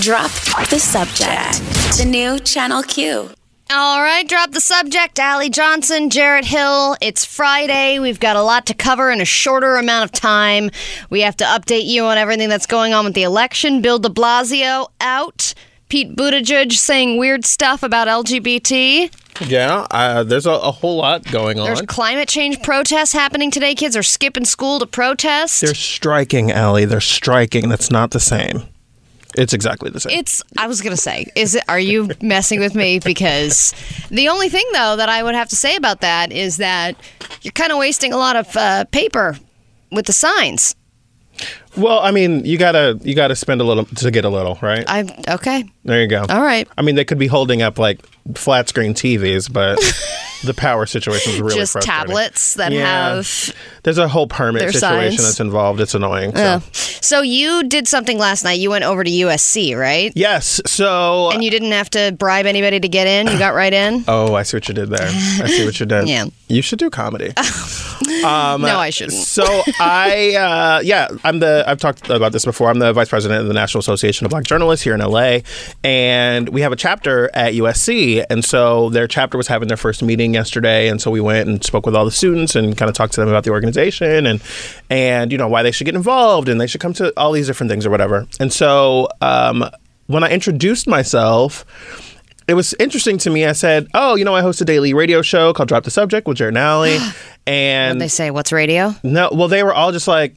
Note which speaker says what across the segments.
Speaker 1: Drop the subject. The new Channel Q.
Speaker 2: All right, drop the subject. Allie Johnson, Jarrett Hill. It's Friday. We've got a lot to cover in a shorter amount of time. We have to update you on everything that's going on with the election. Bill de Blasio out. Pete Buttigieg saying weird stuff about LGBT.
Speaker 3: Yeah, uh, there's a, a whole lot going on.
Speaker 2: There's climate change protests happening today. Kids are skipping school to protest.
Speaker 3: They're striking, Allie. They're striking. That's not the same. It's exactly the same.
Speaker 2: It's. I was gonna say, is it? Are you messing with me? Because the only thing though that I would have to say about that is that you're kind of wasting a lot of uh, paper with the signs.
Speaker 3: well, I mean, you gotta you gotta spend a little to get a little, right?
Speaker 2: I'm okay.
Speaker 3: there you go.
Speaker 2: All right.
Speaker 3: I mean, they could be holding up like flat screen TVs, but the power situation is really
Speaker 2: Just
Speaker 3: frustrating.
Speaker 2: tablets that
Speaker 3: Yeah.
Speaker 2: have.
Speaker 3: There's a whole permit
Speaker 2: their
Speaker 3: situation
Speaker 2: signs.
Speaker 3: that's involved. It's annoying. So.
Speaker 2: uh, So you did something last night. You went over to USC, right?
Speaker 3: Yes. So.
Speaker 2: And you didn't have to bribe anybody to get in. You got right in.
Speaker 3: oh, I see what you did there. I see what you did.
Speaker 2: Yeah.
Speaker 3: You should do comedy. Um,
Speaker 2: no, I shouldn't.
Speaker 3: So I, uh, yeah, I'm the. I've talked about this before. I'm the vice president of the National Association of Black Journalists here in LA, and we have a chapter at USC. And so their chapter was having their first meeting yesterday, and so we went and spoke with all the students and kind of talked to them about the organization and and you know why they should get involved and they should come to all these different things or whatever. And so um, when I introduced myself it was interesting to me. I said, "Oh, you know, I host a daily radio show called Drop the Subject with Jared and Alley," and
Speaker 2: They say, what's radio?
Speaker 3: no, well, they were all just like,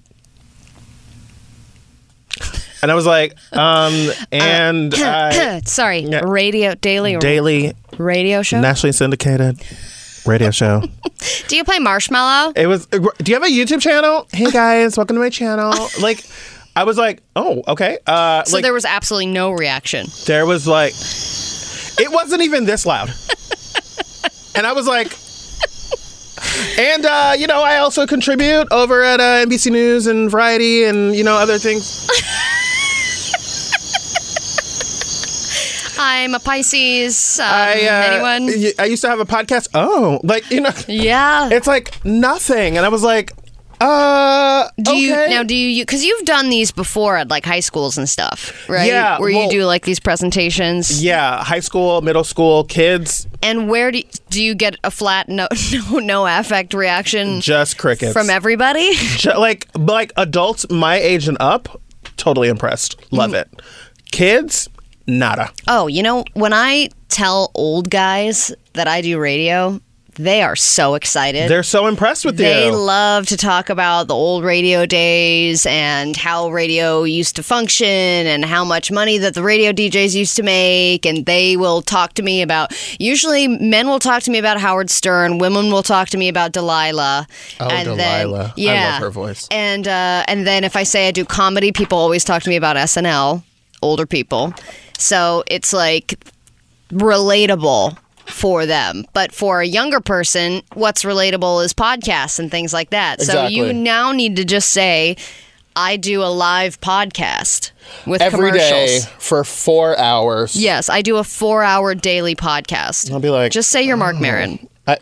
Speaker 3: and I was like, um, and I,
Speaker 2: Sorry,
Speaker 3: Yeah.
Speaker 2: radio, daily,
Speaker 3: daily
Speaker 2: radio show.
Speaker 3: nationally syndicated radio show.
Speaker 2: Do you play marshmallow?
Speaker 3: It was. uh, Do you have a YouTube channel? Hey guys, welcome to my channel. Like, I was like, oh, okay. Uh,
Speaker 2: So
Speaker 3: like,
Speaker 2: there was absolutely no reaction.
Speaker 3: there was like it wasn't even this loud and i was like and uh, you know i also contribute over at uh, nbc news and variety and you know other things
Speaker 2: I'm a Pisces. Um,
Speaker 3: i uh,
Speaker 2: anyone?
Speaker 3: y- i used to have a podcast oh like you know
Speaker 2: yeah.
Speaker 3: it's like nothing and i was like uh
Speaker 2: do you
Speaker 3: okay.
Speaker 2: now? Do you? Because you've done these before at like high schools and stuff, right?
Speaker 3: Yeah,
Speaker 2: Where
Speaker 3: well-
Speaker 2: you do like these presentations.
Speaker 3: yeah high school middle school kids
Speaker 2: And where do you, do you get a flat no no no affect reaction
Speaker 3: just crickets
Speaker 2: from everybody?
Speaker 3: Ju- like like adults my age and up totally impressed love
Speaker 2: Mm-hmm.
Speaker 3: it kids nada
Speaker 2: Oh, you know when I tell old guys that I do radio, they are so excited.
Speaker 3: They're so impressed with
Speaker 2: They
Speaker 3: you.
Speaker 2: love to talk about the old radio days and how radio used to function and how much money that the radio DJs used to make. And they will talk to me about, usually, men will talk to me about Howard Stern, women will talk to me about Delilah.
Speaker 3: Oh,
Speaker 2: and
Speaker 3: Delilah. I
Speaker 2: Then,
Speaker 3: love
Speaker 2: yeah.
Speaker 3: her voice.
Speaker 2: And, uh, and then if I say I do comedy, people always talk to me about SNL, older people. So it's like relatable for them. But for a younger person, what's relatable is podcasts and things like that.
Speaker 3: Exactly.
Speaker 2: So you now need to just say, I do a live podcast with
Speaker 3: every day
Speaker 2: commercials.
Speaker 3: for four hours.
Speaker 2: Yes, I do a four hour daily podcast.
Speaker 3: I'll be like, "Oh."
Speaker 2: just say you're Mark Marin.
Speaker 3: I-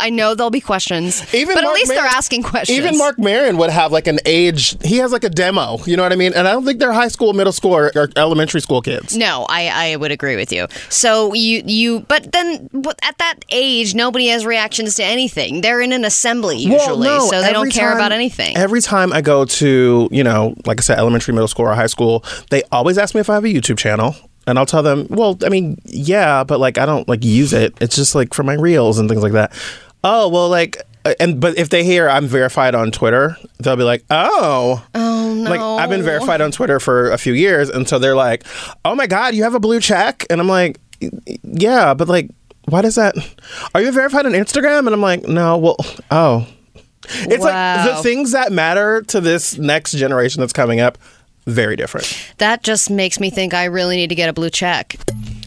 Speaker 2: I know there'll be questions,
Speaker 3: Even
Speaker 2: but
Speaker 3: Marc
Speaker 2: at least
Speaker 3: Maron-
Speaker 2: they're asking questions.
Speaker 3: even Mark Marin would have like an age. He has like a demo. You know what I mean? And I don't think they're high school, middle school, or, or elementary school kids.
Speaker 2: No, I, I would agree with you. So you you, but then what- at that age, nobody has reactions to anything. They're in an assembly usually,
Speaker 3: Well, no,
Speaker 2: so they don't
Speaker 3: every
Speaker 2: care
Speaker 3: time-
Speaker 2: about anything.
Speaker 3: Every time I go to, you know, like I said, elementary, middle school, or high school, they always ask me if I have a YouTube channel. And I'll tell them, well, I mean, yeah, but like I don't like use it. It's just like for my reels and things like that. Oh, well, like, uh, and but if they hear I'm verified on Twitter, they'll be like, oh, oh no, like I've been verified on Twitter for a few years, and so they're like, oh my god, you have a blue check, and I'm like, yeah, but like, why does that? Are you verified on Instagram? And I'm like, no, well, oh, it's like
Speaker 2: Wow.
Speaker 3: the things that matter to this next generation that's coming up, very different.
Speaker 2: that just makes me think I really need to get a blue check.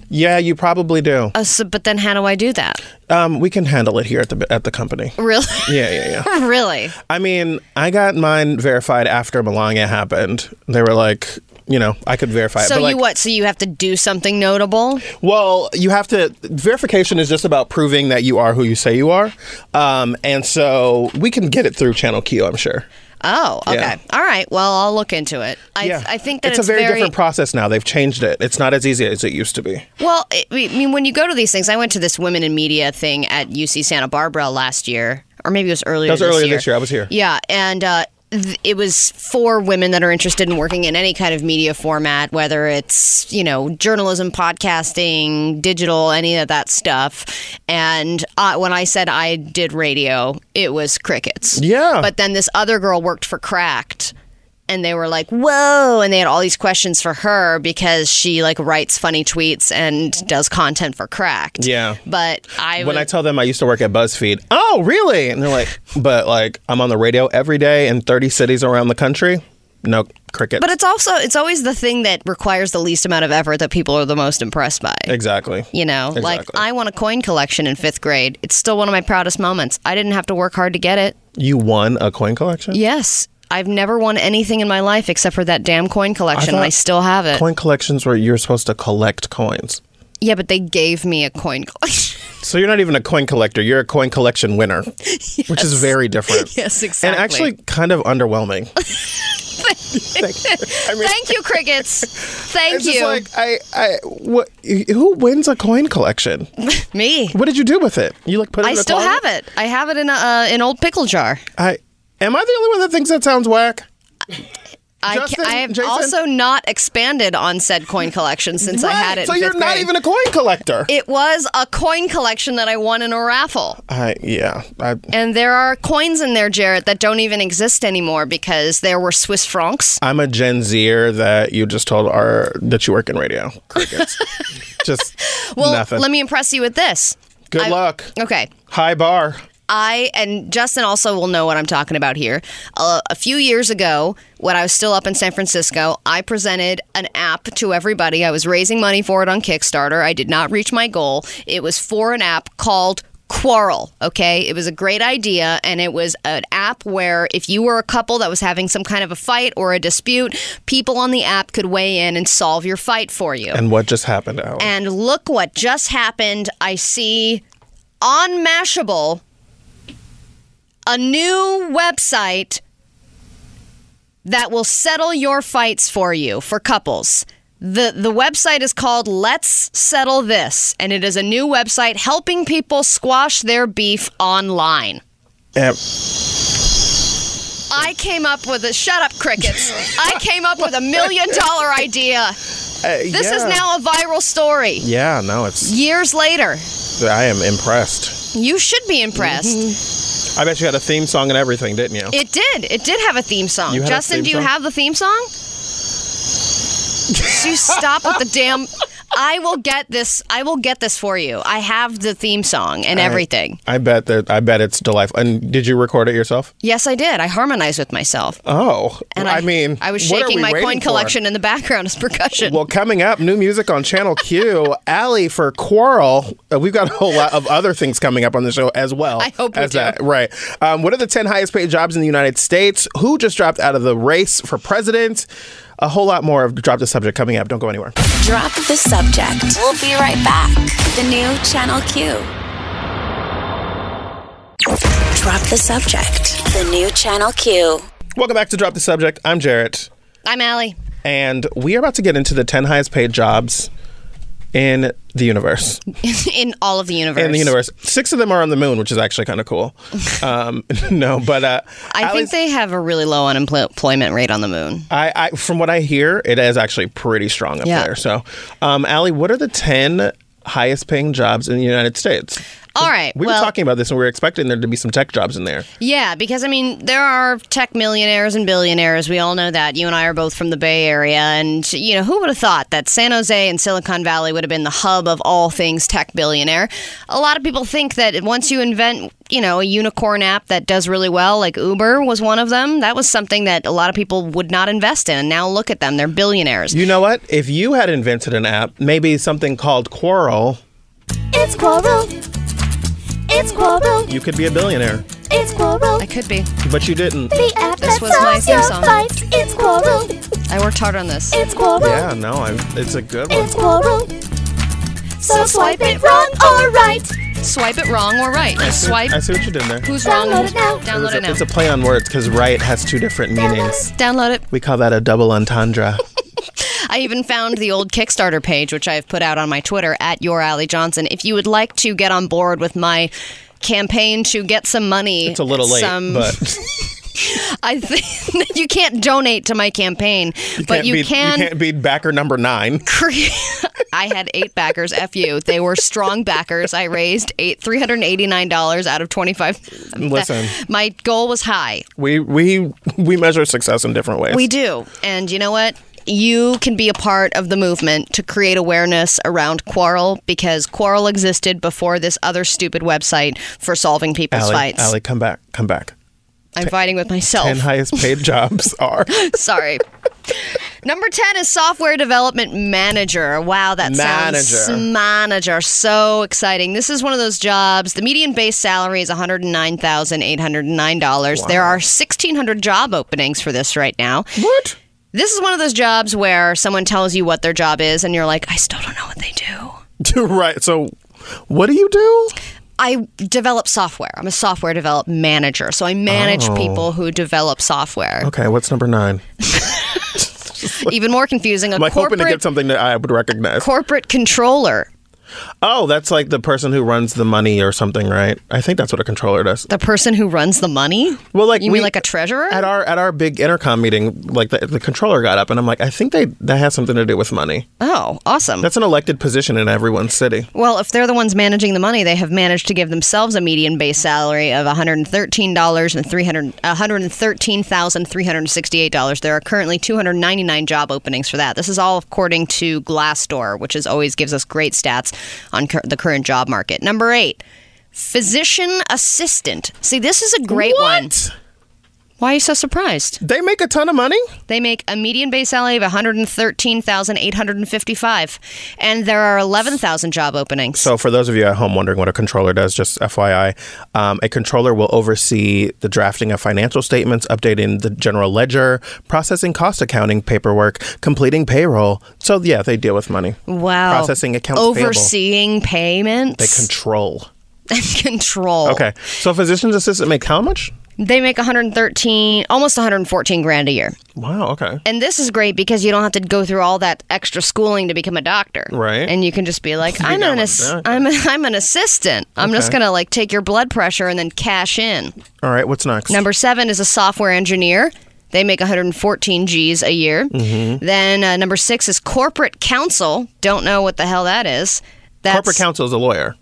Speaker 3: Yeah, you probably do.
Speaker 2: Uh, so, but then how do I do that?
Speaker 3: Um, we can handle it here at the at the company.
Speaker 2: Really,
Speaker 3: Yeah, yeah, yeah.
Speaker 2: really.
Speaker 3: I mean, I got mine verified after Melania happened. They were like, you know, I could verify it.
Speaker 2: So
Speaker 3: but like,
Speaker 2: you what? So you have to do something notable.
Speaker 3: Well, you have to. Verification is just about proving that you are who you say you are, um, and so we can get it through Channel Q, I'm sure.
Speaker 2: Oh, okay.
Speaker 3: Yeah.
Speaker 2: All right. Well, I'll look into it. I,
Speaker 3: yeah,
Speaker 2: I think that it's,
Speaker 3: a very, different process now. They've changed it. It's not as easy as it used to be.
Speaker 2: Well, I I mean, when you go to these things, I went to this women in media thing at UC Santa Barbara last year, or maybe it was earlier.
Speaker 3: That was
Speaker 2: this
Speaker 3: earlier
Speaker 2: year.
Speaker 3: this year. I was here.
Speaker 2: Yeah, and uh, th- it was for women that are interested in working in any kind of media format, whether it's you know journalism, podcasting, digital, any of that stuff. And uh, when I said I did radio, it was crickets.
Speaker 3: Yeah.
Speaker 2: But then this other girl worked for Cracked. And they were like, "Whoa!" And they had all these questions for her because she like writes funny tweets and does content for Cracked.
Speaker 3: Yeah.
Speaker 2: But I
Speaker 3: when I
Speaker 2: was-
Speaker 3: tell them I used to work at BuzzFeed, oh, really? And they're like, but like I'm on the radio every day in 30 cities around the country. No cricket.
Speaker 2: But it's also it's always the thing that requires the least amount of effort that people are the most impressed by.
Speaker 3: exactly.
Speaker 2: You know, like
Speaker 3: Exactly.
Speaker 2: I won a coin collection in fifth grade. It's still one of my proudest moments. I didn't have to work hard to get it.
Speaker 3: You won a coin collection?
Speaker 2: Yes, I've never won anything in my life except for that damn coin collection, and I
Speaker 3: thought
Speaker 2: still have it.
Speaker 3: Coin collections where you're supposed to collect coins.
Speaker 2: yeah, but they gave me a coin collection.
Speaker 3: So you're not even a coin collector, you're a coin collection winner, which is very different.
Speaker 2: yes, exactly.
Speaker 3: And actually kind of underwhelming.
Speaker 2: thank you, crickets. Thank
Speaker 3: It's just
Speaker 2: you,
Speaker 3: like I I what who wins a coin collection?
Speaker 2: me.
Speaker 3: What did you do with it? You like put it
Speaker 2: I
Speaker 3: in a
Speaker 2: still
Speaker 3: closet?
Speaker 2: have it. I have it in a, uh, an old pickle jar.
Speaker 3: I am I the only one that thinks that sounds whack?
Speaker 2: I, ca-
Speaker 3: Justin,
Speaker 2: I have
Speaker 3: Jason?
Speaker 2: also not expanded on said coin collection since I had
Speaker 3: Right,
Speaker 2: it.
Speaker 3: So
Speaker 2: in
Speaker 3: you're
Speaker 2: fifth
Speaker 3: not
Speaker 2: grade.
Speaker 3: even a coin collector.
Speaker 2: It was a coin collection that I won in a raffle.
Speaker 3: I yeah. I
Speaker 2: And there are coins in there, Jarrett, that don't even exist anymore because there were Swiss francs.
Speaker 3: I'm a Gen Zer that you just told our that you work in radio. Crickets. just
Speaker 2: Well,
Speaker 3: nothing.
Speaker 2: let me impress you with this.
Speaker 3: Good
Speaker 2: I-
Speaker 3: luck.
Speaker 2: Okay.
Speaker 3: High bar.
Speaker 2: I and Justin also will know what I'm talking about here. Uh, a few years ago, when I was still up in San Francisco, I presented an app to everybody. I was raising money for it on Kickstarter. I did not reach my goal. It was for an app called Quarrel, okay? It was a great idea, and it was an app where if you were a couple that was having some kind of a fight or a dispute, people on the app could weigh in and solve your fight for you.
Speaker 3: And what just happened, Oh. Alan?
Speaker 2: And look what just happened. I see on Mashable a new website that will settle your fights for you for couples. The the website is called Let's Settle This and it is a new website helping people squash their beef online.
Speaker 3: Em-
Speaker 2: I came up with a shut up crickets. I came up with a million dollar idea.
Speaker 3: uh,
Speaker 2: This is
Speaker 3: yeah.
Speaker 2: now a viral story.
Speaker 3: Yeah, no, it's
Speaker 2: Years later,
Speaker 3: I am impressed.
Speaker 2: You should be impressed.
Speaker 3: Mm-hmm. I bet you had a theme song and everything, didn't you?
Speaker 2: It did. It did have a theme song.
Speaker 3: You had a
Speaker 2: Justin,
Speaker 3: theme
Speaker 2: do you
Speaker 3: song?
Speaker 2: have the theme song? Do you stop with the damn I will get this I will get this for you. I have the theme song and everything.
Speaker 3: I bet that I bet it's delightful. And did you record it yourself?
Speaker 2: Yes, I did. I harmonized with myself.
Speaker 3: Oh.
Speaker 2: And
Speaker 3: I, mean
Speaker 2: I was
Speaker 3: what are
Speaker 2: shaking
Speaker 3: we
Speaker 2: my
Speaker 3: waiting
Speaker 2: coin
Speaker 3: for?
Speaker 2: collection in the background as percussion.
Speaker 3: Well, coming up, new music on Channel Q. Allie for Quarrel. Uh, we've got a whole lot of other things coming up on the show as well.
Speaker 2: I hope we
Speaker 3: as
Speaker 2: do.
Speaker 3: that. Right. Um, what are the 10 highest paid jobs in the United States? Who just dropped out of the race for president? A whole lot more of Drop the Subject coming up. Don't go anywhere.
Speaker 1: Drop the subject. We'll be right back. The new Channel Q. Drop the subject. The new Channel Q.
Speaker 3: Welcome back to Drop the Subject. I'm Jarrett,
Speaker 2: I'm Allie.
Speaker 3: and we are about to get into the 10 highest paid jobs in the universe.
Speaker 2: in all of the universe.
Speaker 3: In the universe. Six of them are on the moon, which is actually kind of cool. Um, no, but uh,
Speaker 2: I think
Speaker 3: Allie's-
Speaker 2: they have a really low unemployment rate on the moon.
Speaker 3: I, I from what I hear, it is actually pretty strong up
Speaker 2: Yeah.
Speaker 3: there. So, um, Allie, what are the ten highest paying jobs in the United States?
Speaker 2: All right.
Speaker 3: We
Speaker 2: well,
Speaker 3: were talking about this, and we were expecting there to be some tech jobs in there.
Speaker 2: Yeah, because I mean, there are tech millionaires and billionaires. We all know that. You and I are both from the Bay Area. And, you know, who would have thought that San Jose and Silicon Valley would have been the hub of all things tech billionaire? A lot of people think that once you invent, you know, a unicorn app that does really well, like Uber was one of them, that was something that a lot of people would not invest in. And now look at them, they're billionaires.
Speaker 3: You know what? If you had invented an app, maybe something called Quarrel,
Speaker 4: It's Quarrel. It's Quarrel.
Speaker 3: you could be a billionaire,
Speaker 4: It's Quarrel.
Speaker 2: I could be.
Speaker 3: but you didn't.
Speaker 4: The app
Speaker 2: This
Speaker 4: that
Speaker 2: was my
Speaker 4: solves
Speaker 2: theme
Speaker 4: your
Speaker 2: song.
Speaker 4: fights. It's Quarrel.
Speaker 2: I worked hard on this.
Speaker 4: It's Quarrel.
Speaker 3: Yeah, no, I'm, it's a good one.
Speaker 4: It's Quarrel. So swipe it wrong or right.
Speaker 2: Swipe it wrong or right. Just swipe.
Speaker 3: I see what you did there.
Speaker 2: Who's wrong?
Speaker 4: Download
Speaker 2: who's
Speaker 4: it now.
Speaker 2: right. Download
Speaker 3: It's
Speaker 2: it
Speaker 3: a,
Speaker 2: now.
Speaker 3: it's a play on words because right has two different meanings.
Speaker 2: Download it.
Speaker 3: We call that a double entendre.
Speaker 2: I even found the old Kickstarter page, which I've put out on my Twitter at your Ally Johnson. If you would like to get on board with my campaign to get some money,
Speaker 3: It's a little late,
Speaker 2: some-
Speaker 3: but
Speaker 2: I think you can't donate to my campaign, but you
Speaker 3: beat,
Speaker 2: can.
Speaker 3: You can't beat backer number nine.
Speaker 2: cre- I had eight backers. F you. They were strong backers. I raised eight three hundred eighty nine dollars out of twenty five.
Speaker 3: Listen.
Speaker 2: my goal was high.
Speaker 3: We we we measure success in different ways.
Speaker 2: We do. And you know what? You can be a part of the movement to create awareness around Quarrel because Quarrel existed before this other stupid website for solving people's
Speaker 3: Allie,
Speaker 2: fights. Oh.
Speaker 3: Allie, come back, come back.
Speaker 2: I'm fighting with
Speaker 3: And
Speaker 2: myself.
Speaker 3: highest paid jobs are
Speaker 2: Sorry. Number 10 is software development manager. Wow, that
Speaker 3: Manager.
Speaker 2: sounds manager. So exciting. This is one of those jobs. The median base salary is $109,809. There are 1600 job openings for this right now.
Speaker 3: what?
Speaker 2: This is one of those jobs where someone tells you what their job is and you're like, I still don't know what they do.
Speaker 3: right. So, what do you do?
Speaker 2: I develop software. I'm a software develop manager. So I
Speaker 3: Oh.
Speaker 2: manage people who develop software.
Speaker 3: Okay, what's number nine?
Speaker 2: Even more confusing, a
Speaker 3: I'm like
Speaker 2: corporate
Speaker 3: hoping to get something that I would recognize.
Speaker 2: corporate controller,
Speaker 3: oh, that's like the person who runs the money or something, right? I think that's what a controller does.
Speaker 2: the person who runs the money.
Speaker 3: Well, like
Speaker 2: you
Speaker 3: we-
Speaker 2: mean like a treasurer?
Speaker 3: At our at our big intercom meeting, like the, the controller got up, and I'm like, I think they that has something to do with money.
Speaker 2: oh, awesome.
Speaker 3: That's an elected position in everyone's city.
Speaker 2: Well, if they're the ones managing the money, they have managed to give themselves a median base salary of $113 and 300 $113,368. There are currently 299 job openings for that. This is all according to Glassdoor, which is always gives us great stats on cur- the current job market. Number 8, physician assistant. See, this is a great one. Why are you so surprised?
Speaker 3: They make a ton of money.
Speaker 2: They make a median base salary of 113,855 and there are 11,000 job openings.
Speaker 3: So, for those of you at home wondering what a controller does, just FYI, um, a controller will oversee the drafting of financial statements, updating the general ledger, processing cost accounting paperwork, completing payroll. So, yeah, they deal with money.
Speaker 2: Wow.
Speaker 3: Processing accounts payable.
Speaker 2: Overseeing payments.
Speaker 3: They control.
Speaker 2: and control.
Speaker 3: Okay. So, physician's assistant make how much?
Speaker 2: They make 113, almost 114 grand a year.
Speaker 3: Wow. Okay.
Speaker 2: And this is great because you don't have to go through all that extra schooling to become a doctor.
Speaker 3: Right.
Speaker 2: And you can just be like, I'm an,
Speaker 3: got one
Speaker 2: ass-
Speaker 3: down.
Speaker 2: I'm, a, I'm an assistant. I'm just going to like take your blood pressure and then cash in.
Speaker 3: All right. What's next?
Speaker 2: Number seven is a software engineer. They make 114 G's a year.
Speaker 3: Mm-hmm.
Speaker 2: Then uh, number six is corporate counsel. Don't know what the hell that is. That's,
Speaker 3: Corporate counsel is a lawyer.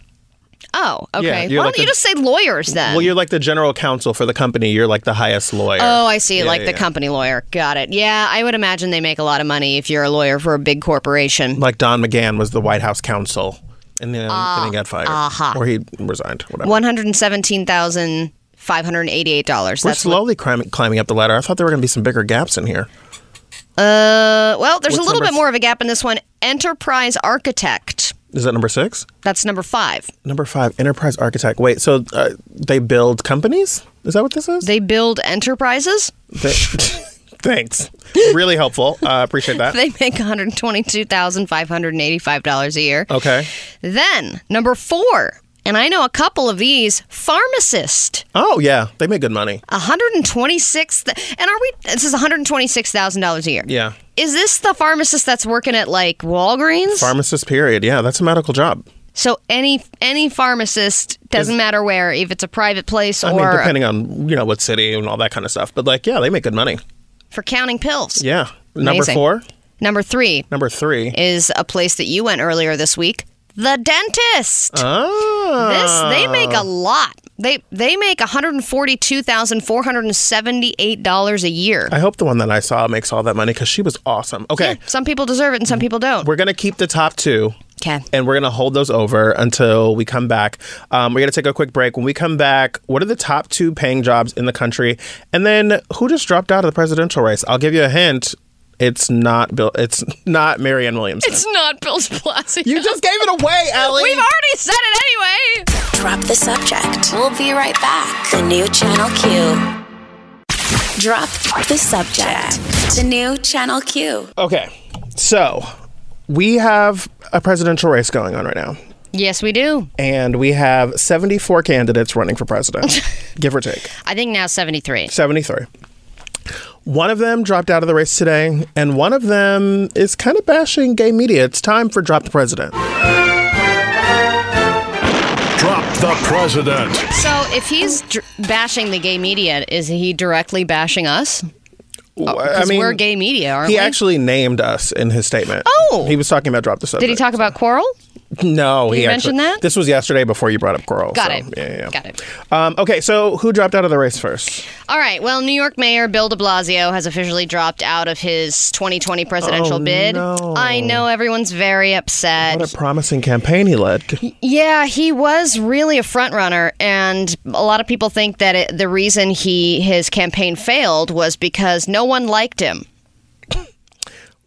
Speaker 2: Oh, okay.
Speaker 3: you're
Speaker 2: Why
Speaker 3: like
Speaker 2: don't you
Speaker 3: the-
Speaker 2: just say lawyers then?
Speaker 3: Well, you're like the general counsel for the company. You're like the highest lawyer.
Speaker 2: Oh, I see. like
Speaker 3: yeah,
Speaker 2: the
Speaker 3: yeah.
Speaker 2: company lawyer. Got it. Yeah, I would imagine they make a lot of money if you're a lawyer for a big corporation.
Speaker 3: Like Don McGahn was the White House counsel, and then,
Speaker 2: Ah,
Speaker 3: then he got fired,
Speaker 2: uh-huh.
Speaker 3: or he resigned. Whatever.
Speaker 2: One hundred seventeen thousand five hundred eighty-eight dollars.
Speaker 3: We're
Speaker 2: That's
Speaker 3: slowly climbing, climbing up the ladder. I thought there were going to be some bigger gaps in here.
Speaker 2: uh, well. There's a
Speaker 3: What's
Speaker 2: little
Speaker 3: number
Speaker 2: bit
Speaker 3: s-
Speaker 2: more of a gap in this one. Enterprise architect.
Speaker 3: Is that number six?
Speaker 2: That's number five.
Speaker 3: Number five, enterprise architect. Wait, so uh, they build companies? Is that what this is?
Speaker 2: They build enterprises.
Speaker 3: They- Thanks. Really helpful. I appreciate that.
Speaker 2: They make one hundred twenty-two thousand five hundred eighty-five dollars a year.
Speaker 3: okay.
Speaker 2: Then number four, and I know a couple of these. Pharmacist.
Speaker 3: Oh, yeah. They make good money.
Speaker 2: 126 th- and are we this is $126,000 a year.
Speaker 3: Yeah.
Speaker 2: Is this the pharmacist that's working at like Walgreens?
Speaker 3: Pharmacist, period. Yeah, that's a medical job.
Speaker 2: so any any pharmacist doesn't matter where if it's a private place
Speaker 3: I mean,
Speaker 2: or
Speaker 3: depending on, you know, what city and all that kind of stuff. But, like, yeah, they make good money.
Speaker 2: for counting pills.
Speaker 3: Yeah. Number
Speaker 2: Amazing.
Speaker 3: four,
Speaker 2: Number 3
Speaker 3: number three.
Speaker 2: is a place that you went earlier this week, the dentist.
Speaker 3: oh.
Speaker 2: This they make a lot. They they make $142,478 a year.
Speaker 3: I hope the one that I saw makes all that money because she was awesome. Okay.
Speaker 2: Some people deserve it and some people don't.
Speaker 3: We're going to keep the top two.
Speaker 2: Okay.
Speaker 3: and we're going to hold those over until we come back. Um, we're going to take a quick break. When we come back, what are the top two paying jobs in the country? And then who just dropped out of the presidential race? I'll give you a hint. It's not Bill. It's not Marianne Williamson.
Speaker 2: It's not Bill's Blasio.
Speaker 3: you just gave it away, Allie.
Speaker 2: We've already said it anyway.
Speaker 1: Drop the subject. We'll be right back. The new Channel Q. Drop the subject. The new Channel Q.
Speaker 3: okay, so we have a presidential race going on right now.
Speaker 2: Yes, we do.
Speaker 3: and we have 74 candidates running for president, give or take.
Speaker 2: I think now 73.
Speaker 3: 73. One of them dropped out of the race today, and one of them is kind of bashing gay media. It's time for Drop the President.
Speaker 5: Drop the president.
Speaker 2: So if he's dr- bashing the gay media, is he directly bashing us?
Speaker 3: Uh, I
Speaker 2: Because we're gay media, aren't
Speaker 3: He
Speaker 2: we?
Speaker 3: actually named us in his statement.
Speaker 2: Oh!
Speaker 3: He was talking about Drop the Subject.
Speaker 2: Did he talk about Quarrel?
Speaker 3: No,
Speaker 2: Did
Speaker 3: he
Speaker 2: he mention
Speaker 3: actually-
Speaker 2: that?
Speaker 3: This was yesterday before you brought up Coral.
Speaker 2: Got
Speaker 3: so,
Speaker 2: it.
Speaker 3: Yeah, yeah, yeah.
Speaker 2: Got it.
Speaker 3: Um, okay, so who dropped out of the race first?
Speaker 2: All right. Well, New York Mayor Bill de Blasio has officially dropped out of his 2020 presidential
Speaker 3: Oh,
Speaker 2: bid.
Speaker 3: no.
Speaker 2: I know everyone's very upset.
Speaker 3: What a promising campaign he led.
Speaker 2: Yeah, he was really a front runner, and a lot of people think that it, the reason he his campaign failed was because no one liked him.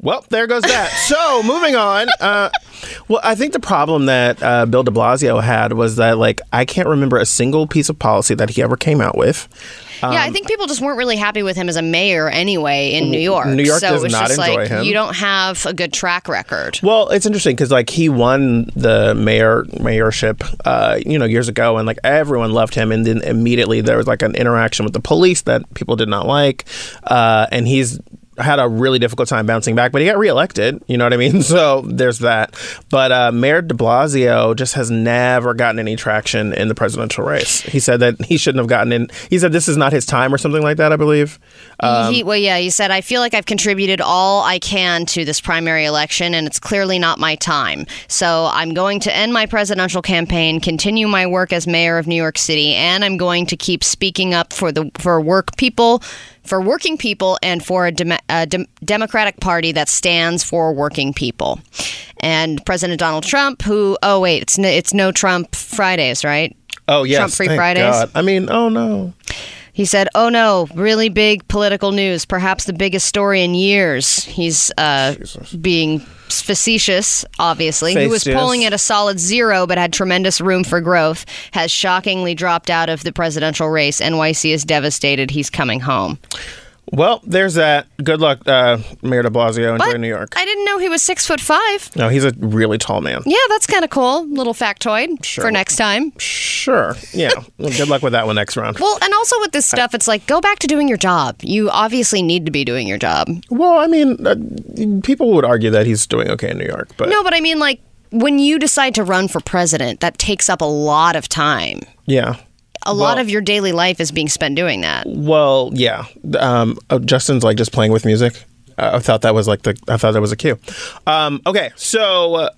Speaker 3: Well, there goes that. So moving on. Uh, well, I think the problem that uh, Bill De Blasio had was that like I can't remember a single piece of policy that he ever came out with.
Speaker 2: yeah,
Speaker 3: Um,
Speaker 2: I think people just weren't really happy with him as a mayor anyway in New York.
Speaker 3: New York
Speaker 2: so
Speaker 3: does
Speaker 2: it was
Speaker 3: not
Speaker 2: just
Speaker 3: enjoy
Speaker 2: like
Speaker 3: him.
Speaker 2: you don't have a good track record.
Speaker 3: Well, it's interesting because like he won the mayor mayorship, uh, you know, years ago, and like everyone loved him, and then immediately there was like an interaction with the police that people did not like, uh, and he's had a really difficult time bouncing back, but he got reelected. You know what I mean? So there's that. But uh, Mayor De Blasio just has never gotten any traction in the presidential race. He said that he shouldn't have gotten in. He said this is not his time or something like that. I believe.
Speaker 2: he,
Speaker 3: Um,
Speaker 2: well, yeah, he said, I feel like I've contributed all I can to this primary election, and it's clearly not my time. So I'm going to end my presidential campaign, continue my work as mayor of New York City, and I'm going to keep speaking up for the for work people, for working people, and for a, dem- a dem- Democratic Party that stands for working people. And President Donald Trump, who, oh wait, it's no, it's no Trump Fridays, right?
Speaker 3: Oh yes,
Speaker 2: Trump Free
Speaker 3: thank
Speaker 2: Fridays?
Speaker 3: God. I mean, oh no.
Speaker 2: He said, "Oh no, really big political news, perhaps the biggest story in years." He's uh, being facetious, obviously. Who was
Speaker 3: Facetious.
Speaker 2: polling at a solid zero, but had tremendous room for growth, has shockingly dropped out of the presidential race. NYC is devastated. He's coming home.
Speaker 3: Well, there's that. Good luck, uh, Mayor De Blasio. Enjoy
Speaker 2: But
Speaker 3: New York.
Speaker 2: I didn't know he was six foot five.
Speaker 3: no, he's a really tall man.
Speaker 2: Yeah, that's kind of cool. Little factoid for next time.
Speaker 3: Sure. Yeah. Well, good luck with that one next round.
Speaker 2: Well, and also with this stuff, it's like go back to doing your job. You obviously need to be doing your job.
Speaker 3: Well, I mean, uh, people would argue that he's doing okay in New York, but
Speaker 2: No, but I mean, like, when you decide to run for president, that takes up a lot of time.
Speaker 3: yeah.
Speaker 2: A lot of your daily life is being spent doing that.
Speaker 3: Well, yeah. Um, oh, Justin's like just playing with music. Uh, I thought that was like the. I thought that was a cue. Um, okay, so uh,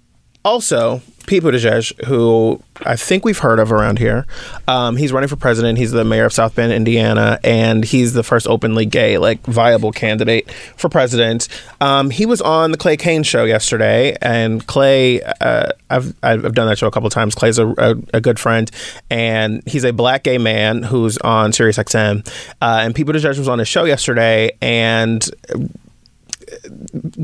Speaker 3: also Pete Buttigieg, who I think we've heard of around here, um, he's running for president. He's the mayor of South Bend, Indiana, and he's the first openly gay, like viable candidate for president. Um, he was on the Clay Kane show yesterday, and Clay, uh, I've I've done that show a couple times. Clay's a, a, a good friend, and he's a black gay man who's on Sirius XM. Uh, and Pete Buttigieg was on his show yesterday, and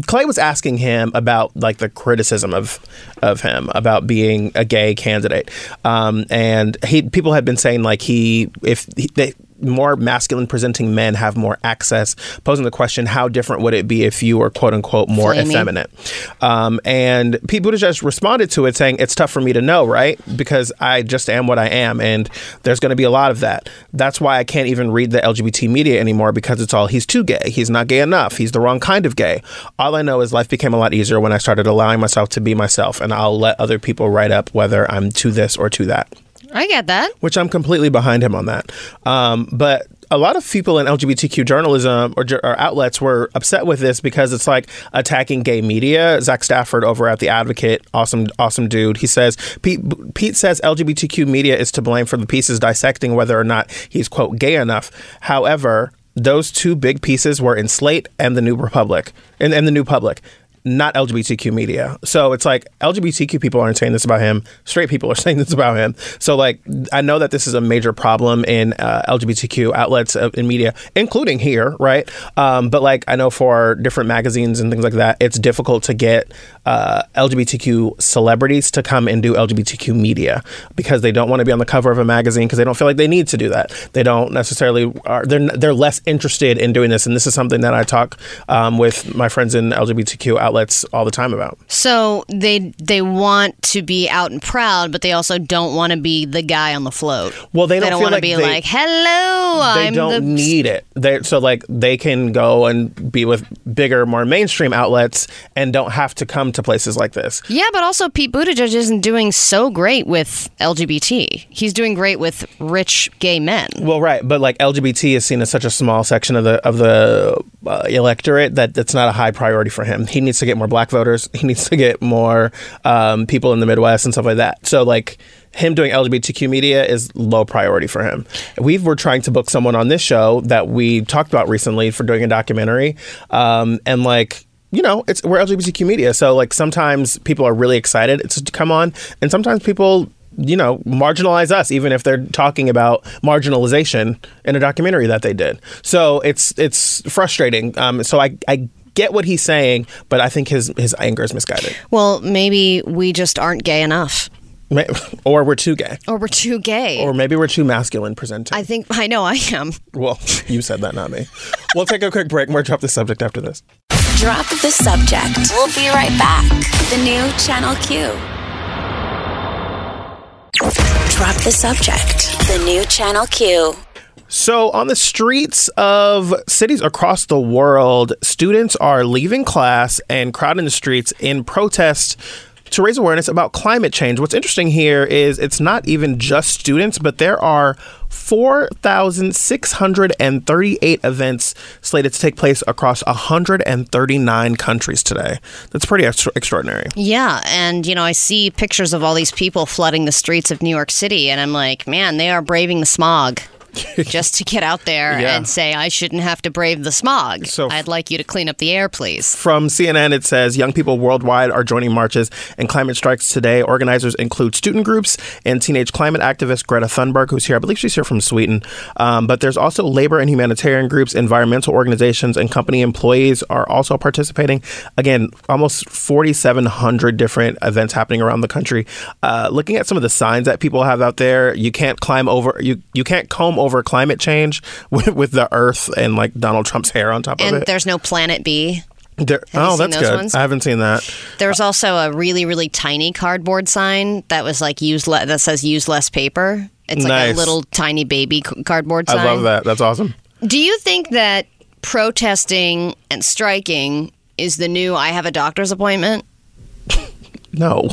Speaker 3: Clay was asking him about like the criticism of of him about being a gay candidate, um, and he people had been saying like he if he, they. More masculine presenting men have more access. Posing the question, how different would it be if you were quote unquote more
Speaker 2: Flamey.
Speaker 3: effeminate? Um, and Pete Buttigieg responded to it saying, It's tough for me to know, right? Because I just am what I am. And there's going to be a lot of that. That's why I can't even read the LGBT media anymore because it's all he's too gay. He's not gay enough. He's the wrong kind of gay. All I know is life became a lot easier when I started allowing myself to be myself. And I'll let other people write up whether I'm to this or to that
Speaker 2: I get that.
Speaker 3: which I'm completely behind him on that. Um, but a lot of people in LGBTQ journalism or, ju- or outlets were upset with this because it's like attacking gay media. Zach Stafford over at The Advocate, awesome, awesome dude. He says Pete, Pete says LGBTQ media is to blame for the pieces dissecting whether or not he's quote gay enough. However, those two big pieces were in Slate and the New Republic and, and the New Public not LGBTQ media. So it's like LGBTQ people aren't saying this about him. Straight people are saying this about him. So like I know that this is a major problem in uh, LGBTQ outlets uh, in media, including here, right? Um, but like I know for different magazines and things like that, it's difficult to get uh, LGBTQ celebrities to come and do LGBTQ media because they don't want to be on the cover of a magazine because they don't feel like they need to do that. They don't necessarily are they're they're less interested in doing this. And this is something that I talk um, with my friends in LGBTQ outlets outlets all the time about.
Speaker 2: So they they want to be out and proud, but they also don't want to be the guy on the float.
Speaker 3: Well, they don't feel
Speaker 2: want to
Speaker 3: like
Speaker 2: be
Speaker 3: they-
Speaker 2: like, "Hello,
Speaker 3: They
Speaker 2: I'm
Speaker 3: don't
Speaker 2: the
Speaker 3: need it. They so like they can go and be with bigger, more mainstream outlets and don't have to come to places like this.
Speaker 2: Yeah, but also Pete Buttigieg isn't doing so great with LGBT. He's doing great with rich gay men.
Speaker 3: Well, right, but like LGBT is seen as such a small section of the of the uh, electorate that that's not a high priority for him. He needs to get more black voters. He needs to get more um, people in the Midwest and stuff like that. So like him doing LGBTQ media is low priority for him. We were trying to book someone on this show that we talked about recently for doing a documentary, um, and like you know, it's we're LGBTQ media, so like sometimes people are really excited to come on, and sometimes people, you know, marginalize us even if they're talking about marginalization in a documentary that they did. So it's it's frustrating. Um, so I I get what he's saying, but I think his his anger is misguided,
Speaker 2: Well, maybe we just aren't gay enough,
Speaker 3: Ma- or we're too gay,
Speaker 2: or we're too gay.
Speaker 3: or maybe we're too masculine presenting.
Speaker 2: I think I know I am.
Speaker 3: well, you said that, not me. we'll take a quick break and we'll drop the subject after this.
Speaker 1: Drop the subject. We'll be right back. The new Channel Q. Drop the subject. The new Channel Q.
Speaker 3: So, on the streets of cities across the world, students are leaving class and crowding the streets in protest to raise awareness about climate change. What's interesting here is it's not even just students, but there are 4,638 events slated to take place across 139 countries today. That's pretty extra- extraordinary.
Speaker 2: Yeah, and you know, I see pictures of all these people flooding the streets of New York City, and I'm like, man, they are braving the smog. just to get out there
Speaker 3: Yeah.
Speaker 2: and say, I shouldn't have to brave the smog.
Speaker 3: So-
Speaker 2: I'd like you to clean up the air, please.
Speaker 3: From CNN, it says young people worldwide are joining marches and climate strikes today. Organizers include student groups and teenage climate activist Greta Thunberg, who's here. I believe she's here from Sweden. Um, but there's also labor and humanitarian groups, environmental organizations, and company employees are also participating. Again, almost 4,700 different events happening around the country. Uh, looking at some of the signs that people have out there, you can't climb over, you, you can't comb over climate change with, with the earth and like Donald Trump's hair on top of
Speaker 2: And
Speaker 3: it.
Speaker 2: there's no planet B.
Speaker 3: There-
Speaker 2: you
Speaker 3: oh,
Speaker 2: seen
Speaker 3: that's
Speaker 2: those
Speaker 3: good.
Speaker 2: ones?
Speaker 3: I haven't seen that.
Speaker 2: There
Speaker 3: Uh,
Speaker 2: was also a really, really tiny cardboard sign that was like use le- that says use less paper. It's like
Speaker 3: Nice.
Speaker 2: a little tiny baby c- cardboard sign.
Speaker 3: I love that. That's awesome.
Speaker 2: Do you think that protesting and striking is the new I have a doctor's appointment?
Speaker 3: No.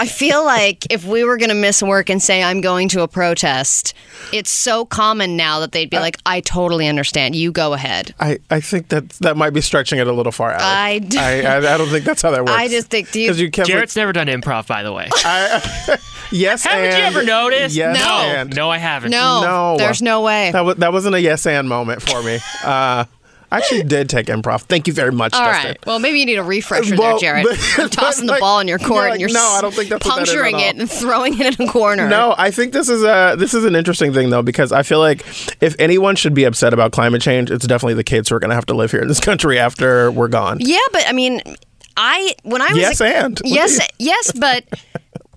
Speaker 2: I feel like if we were going to miss work and say I'm going to a protest, it's so common now that
Speaker 3: Uh,
Speaker 2: they'd be like I totally understand. You go ahead.
Speaker 3: I, I think that that might be stretching it a little far out.
Speaker 2: I d-
Speaker 3: I, I, I don't think that's how that works.
Speaker 2: I just think- do you-
Speaker 3: 'Cause you can't.
Speaker 6: Jarrett's never done improv, by the way.
Speaker 3: yes,
Speaker 6: Haven't
Speaker 3: and,
Speaker 6: you ever noticed?
Speaker 3: Yes,
Speaker 6: no,
Speaker 3: and.
Speaker 6: no, I haven't.
Speaker 2: No,
Speaker 3: No.
Speaker 2: there's no way.
Speaker 3: That was that wasn't a yes and moment for me. Uh, I actually did take improv. Thank you very much,
Speaker 2: All right.
Speaker 3: Dustin.
Speaker 2: Well, maybe you need a refresher
Speaker 3: Well,
Speaker 2: there, Jared.
Speaker 3: but-
Speaker 2: I'm tossing the
Speaker 3: like-
Speaker 2: ball in your
Speaker 3: you're
Speaker 2: court,
Speaker 3: like,
Speaker 2: and you're
Speaker 3: "No, I
Speaker 2: s-
Speaker 3: don't think that's what that is at
Speaker 2: puncturing it
Speaker 3: all."
Speaker 2: and throwing it in a corner.
Speaker 3: No, I think this is a this is an interesting thing though because I feel like if anyone should be upset about climate change, it's definitely the kids who are going to have to live here in this country after we're gone.
Speaker 2: Yeah, but I mean, I when I was
Speaker 3: Yes,
Speaker 2: a,
Speaker 3: and.
Speaker 2: yes, yes, but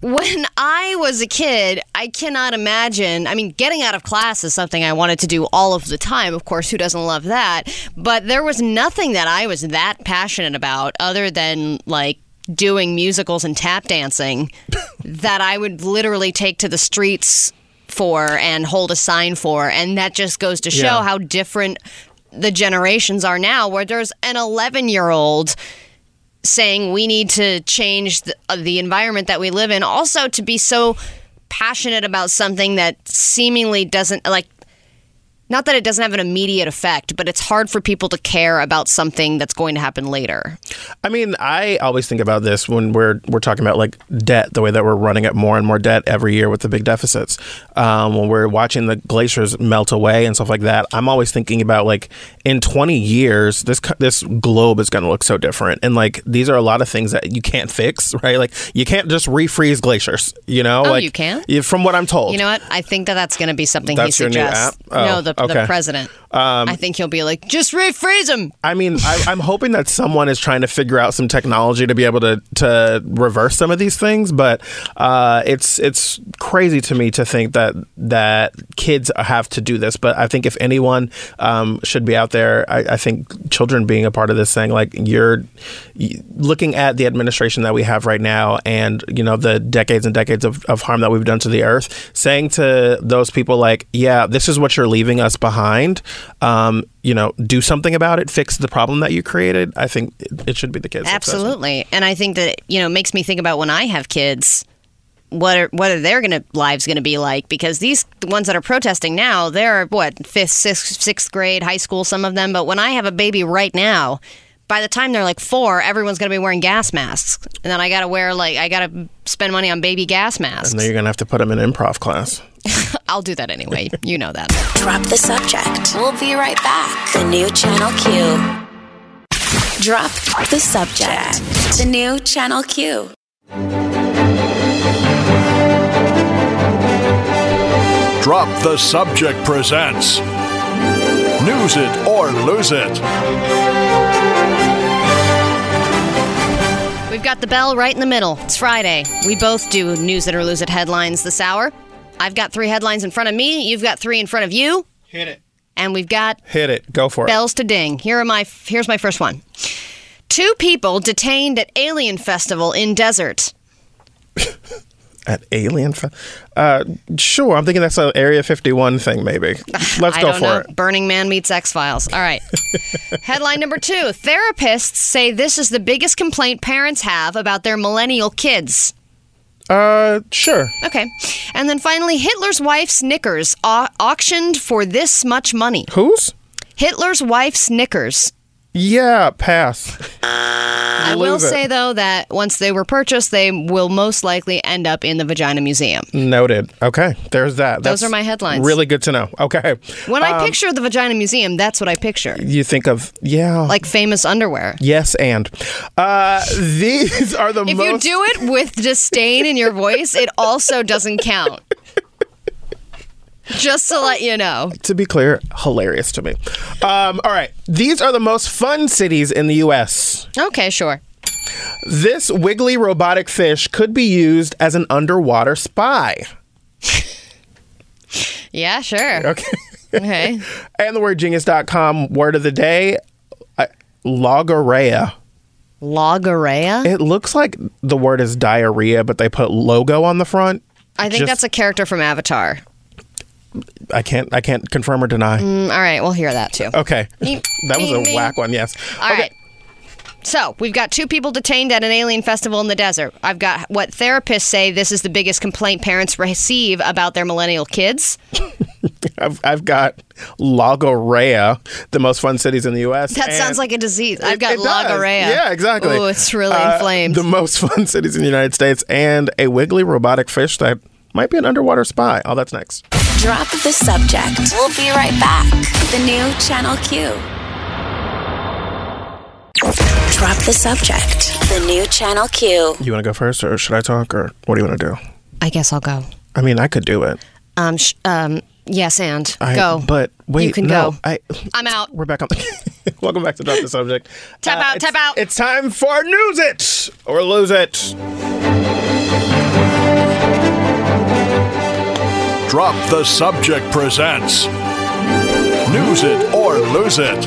Speaker 2: when I was a kid, I cannot imagine. I mean, getting out of class is something I wanted to do all of the time. Of course, who doesn't love that? But there was nothing that I was that passionate about other than like doing musicals and tap dancing that I would literally take to the streets for and hold a sign for. And that just goes to show
Speaker 3: Yeah.
Speaker 2: how different the generations are now, where there's an 11 year old saying we need to change the, uh, the environment that we live in. Also, to be so passionate about something that seemingly doesn't like. Not that it doesn't have an immediate effect, but it's hard for people to care about something that's going to happen later.
Speaker 3: I mean, I always think about this when we're we're talking about like debt, the way that we're running up more and more debt every year with the big deficits. Um, when we're watching the glaciers melt away and stuff like that, I'm always thinking about like in 20 years, this co- this globe is going to look so different. And like these are a lot of things that you can't fix, right? Like you can't just refreeze glaciers, you know? like
Speaker 2: you can?
Speaker 3: yeah, From what I'm told,
Speaker 2: You know what? I think that that's going to be something
Speaker 3: That's
Speaker 2: he
Speaker 3: your new
Speaker 2: suggests.
Speaker 3: app? Oh,
Speaker 2: no, the,
Speaker 3: okay. Um,
Speaker 2: the president. I think he'll be like, just rephrase him.
Speaker 3: I mean, I, I'm hoping that someone is trying to figure out some technology to be able to to reverse some of these things, but uh, it's it's crazy to me to think that that kids have to do this. But I think if anyone um, should be out there, I, I think children being a part of this, saying like you're y- looking at the administration that we have right now, and you know the decades and decades of, of harm that we've done to the earth, saying to those people like, yeah, this is what you're leaving us behind. Um, you know, do something about it, fix the problem that you created. I think it, it should be the kids. that's us.
Speaker 2: Absolutely. And I think that, you know, it makes me think about when I have kids, what are what are their gonna lives gonna be like? Because these the ones that are protesting now, they're what, fifth, sixth, sixth grade, high school, some of them. But when I have a baby right now, by the time they're like four, everyone's gonna be wearing gas masks. And then I gotta wear like I gotta spend money on baby gas masks.
Speaker 3: And then you're gonna have to put them in improv class.
Speaker 2: I'll do that anyway. you know that.
Speaker 1: Drop the subject. We'll be right back. The new Channel Q. Drop the subject. The new Channel Q.
Speaker 5: Drop the Subject presents News It or Lose It.
Speaker 2: We've got the bell right in the middle. It's Friday. We both do news it or lose it headlines this hour. I've got three headlines in front of me. You've got three in front of you. Hit it. And we've got
Speaker 3: Hit it. Go for it.
Speaker 2: bells to ding. Here are my here's my first one. Two people detained at alien festival in desert.
Speaker 3: At Alien. Fe- uh, sure. I'm thinking that's an Area 51 thing, maybe. Let's
Speaker 2: I
Speaker 3: go
Speaker 2: don't
Speaker 3: for
Speaker 2: know.
Speaker 3: it.
Speaker 2: Burning Man meets X Files. All right. Headline number two: Therapists say this is the biggest complaint parents have about their millennial kids.
Speaker 3: Uh, sure.
Speaker 2: Okay. And then finally, Hitler's wife's knickers au- auctioned for this much money.
Speaker 3: Who's?
Speaker 2: Hitler's wife's knickers.
Speaker 3: Yeah, pass.
Speaker 2: I will
Speaker 3: Lose it.
Speaker 2: say, though, that once they were purchased, they will most likely end up in the Vagina Museum.
Speaker 3: Noted. Okay, there's that.
Speaker 2: Those are my headlines.
Speaker 3: Really good to know. Okay.
Speaker 2: When
Speaker 3: Um,
Speaker 2: I picture the Vagina Museum, that's what I picture
Speaker 3: You think of, yeah.
Speaker 2: like famous underwear.
Speaker 3: yes, and. Uh, these are the
Speaker 2: If
Speaker 3: most.
Speaker 2: you do it with disdain in your voice, it also doesn't count. Just to let you know.
Speaker 3: to be clear, hilarious to me. Um, all right. These are the most fun cities in the U.S.
Speaker 2: Okay, sure.
Speaker 3: This wiggly robotic fish could be used as an underwater spy.
Speaker 2: Yeah, sure.
Speaker 3: Okay.
Speaker 2: Okay.
Speaker 3: and the word genius.com word of the day uh, logorrhea.
Speaker 2: Logorrhea?
Speaker 3: It looks like the word is diarrhea, but they put logo on the front.
Speaker 2: I think
Speaker 3: Just-
Speaker 2: that's a character from Avatar.
Speaker 3: I can't. I can't confirm or deny.
Speaker 2: Mm, all right, we'll hear that too.
Speaker 3: Okay,
Speaker 2: Beep,
Speaker 3: that was a
Speaker 2: beep, beep.
Speaker 3: whack one. Yes.
Speaker 2: All
Speaker 3: Uh, okay.
Speaker 2: right. So we've got two people detained at an alien festival in the desert. I've got what therapists say this is the biggest complaint parents receive about their millennial kids.
Speaker 3: I've, I've got logorrhea, the most fun cities in the U.S.
Speaker 2: That
Speaker 3: and-
Speaker 2: sounds like a disease. I've
Speaker 3: It-
Speaker 2: got
Speaker 3: it does.
Speaker 2: logorrhea.
Speaker 3: Yeah, exactly. Uh,
Speaker 2: Ooh, it's really inflamed.
Speaker 3: The most fun cities in the United States and a wiggly robotic fish that might be an underwater spy. Oh, that's next.
Speaker 1: Drop the subject. We'll be right back. The new Channel Q. Drop the subject. The new Channel Q.
Speaker 3: You want to go first, or should I talk, or what do you want to do?
Speaker 2: I guess I'll go.
Speaker 3: I mean, I could do it.
Speaker 2: Um, sh- um, yes, and
Speaker 3: I,
Speaker 2: go.
Speaker 3: But wait,
Speaker 2: you can
Speaker 3: no,
Speaker 2: go.
Speaker 3: I,
Speaker 2: I'm out.
Speaker 3: We're back on. Welcome back to Drop the Subject. Uh,
Speaker 2: Tap out,
Speaker 3: it's-
Speaker 2: tap out.
Speaker 3: It's time for News It or Lose It.
Speaker 5: Drop the Subject presents News It or Lose It.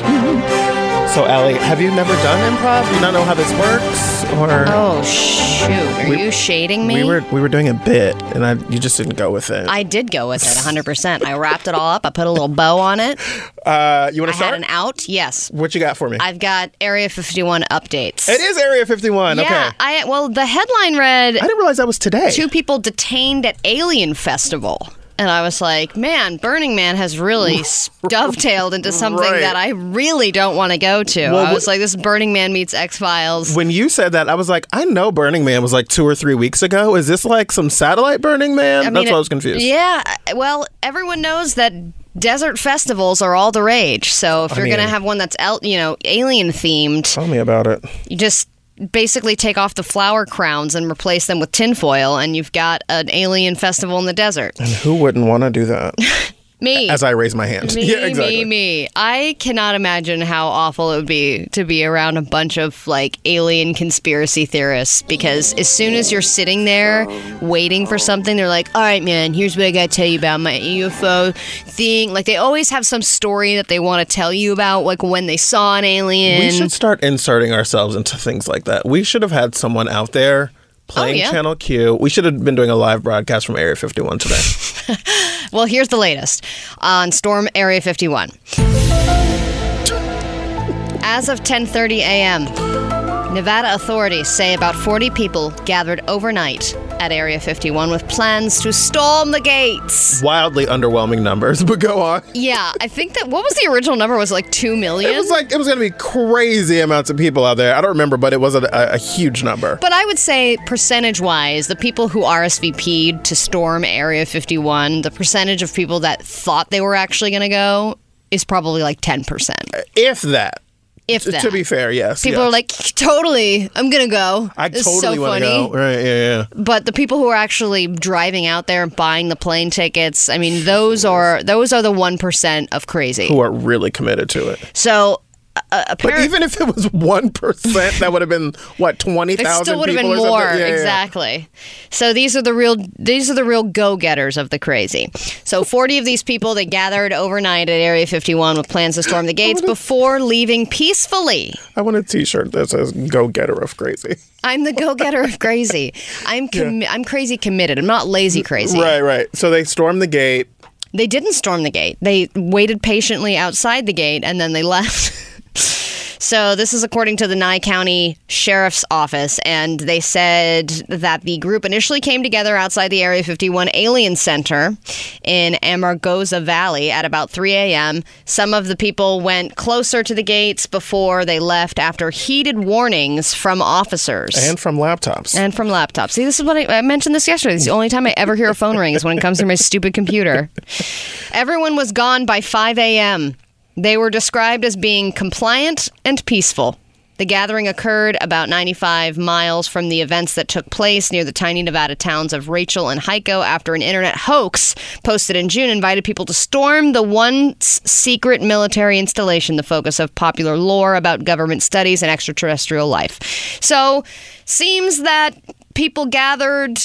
Speaker 3: So, Allie, have you never done improv? Do you not know how this works? Or.
Speaker 2: Oh shoot! Are
Speaker 3: We-
Speaker 2: you shading me?
Speaker 3: We were we were doing a bit, and I, you just didn't go with it.
Speaker 2: I did go with it 100%. I wrapped it all up. I put a little bow on it.
Speaker 3: uh, you want
Speaker 2: I
Speaker 3: to start?
Speaker 2: had an out. Yes.
Speaker 3: what you got for me?
Speaker 2: I've got Area 51 updates.
Speaker 3: It is Area 51.
Speaker 2: Yeah,
Speaker 3: Okay. I,
Speaker 2: I well the headline read
Speaker 3: didn't realize that was today.
Speaker 2: two people detained at alien festival. And I was like, man, Burning Man has really s- dovetailed into something
Speaker 3: Right.
Speaker 2: that I really don't want to go to.
Speaker 3: Well,
Speaker 2: I was
Speaker 3: wh-
Speaker 2: like, this Burning Man meets X Files.
Speaker 3: When you said that, I was like, I know Burning Man was like two or three weeks ago. Is this like some satellite Burning Man? That's why I was confused.
Speaker 2: Yeah, I- well, everyone knows that desert festivals are all the rage. So if you're going
Speaker 3: mean-
Speaker 2: to have one that's el- you know alien themed,
Speaker 3: Tell me about it.
Speaker 2: you just basically take off the flower crowns and replace them with tinfoil, and you've got an alien festival in the desert.
Speaker 3: Who wouldn't want to do that?
Speaker 2: Me.
Speaker 3: as I raise my hand.
Speaker 2: Me,
Speaker 3: yeah, exactly.
Speaker 2: me, me. I cannot imagine how awful it would be to be around a bunch of like alien conspiracy theorists because as soon as you're sitting there waiting for something, they're like, all right, man, here's what I got to tell you about my UFO thing. Like, they always have some story that they want to tell you about, like when they saw an alien.
Speaker 3: We should start inserting ourselves into things like that. We should have had someone out there playing
Speaker 2: yeah.
Speaker 3: Channel Q. We should have been doing a live broadcast from Area 51 today.
Speaker 2: Well, here's the latest on Storm Area 51. As of 10:30 a.m., Nevada authorities say about 40 people gathered overnight at Area 51 with plans to storm the gates.
Speaker 3: Wildly underwhelming numbers, but go on.
Speaker 2: Yeah, I think that what was the original number was it like 2 million.
Speaker 3: It was like it was going to be crazy amounts of people out there. I don't remember, but it was a, a, a huge number.
Speaker 2: but I would say percentage wise, the people who RSVP'd to storm Area 51, the percentage of people that thought they were actually going to go is probably like 10%.
Speaker 3: If that,
Speaker 2: If
Speaker 3: t-
Speaker 2: that.
Speaker 3: to be fair, yes.
Speaker 2: People
Speaker 3: yes.
Speaker 2: are like, totally, I'm gonna go.
Speaker 3: I
Speaker 2: This
Speaker 3: totally
Speaker 2: is so
Speaker 3: want to
Speaker 2: funny.
Speaker 3: go. Right? Yeah, yeah.
Speaker 2: But the people who are actually driving out there and buying the plane tickets, I mean, those are those are the one percent of crazy.
Speaker 3: Who are really committed to it?
Speaker 2: So uh,
Speaker 3: But
Speaker 2: apparently,
Speaker 3: even if it was one percent, that would have been what twenty
Speaker 2: there
Speaker 3: thousand.
Speaker 2: still would have
Speaker 3: people
Speaker 2: been
Speaker 3: or
Speaker 2: more.
Speaker 3: something? Yeah, yeah, yeah.
Speaker 2: exactly. So these are the real these are the real go getters of the crazy. So forty of these people they gathered overnight at Area 51 with plans to storm the
Speaker 3: Oh,
Speaker 2: gates before leaving peacefully.
Speaker 3: I want a T-shirt that says "Go Getter of Crazy."
Speaker 2: I'm the go getter of crazy. I'm commi- I'm crazy committed. I'm not lazy crazy.
Speaker 3: Right, right. So they stormed the gate.
Speaker 2: They didn't storm the gate. They waited patiently outside the gate and then they left. so, this is according to the Nye County Sheriff's Office. And they said that the group initially came together outside the Area 51 Alien Center in Amargosa Valley at about 3 a.m. Some of the people went closer to the gates before they left after heated warnings from officers.
Speaker 3: And from laptops.
Speaker 2: And from laptops. See, this is what I, I mentioned this yesterday. This is the only time I ever hear a phone ring is when it comes to my stupid computer. Everyone was gone by 5 a.m. They were described as being compliant and peaceful. The gathering occurred about 95 miles from the events that took place near the tiny Nevada towns of Rachel and Hyco after an internet hoax posted in June invited people to storm the once secret military installation, the focus of popular lore about government studies and extraterrestrial life. So, seems that people gathered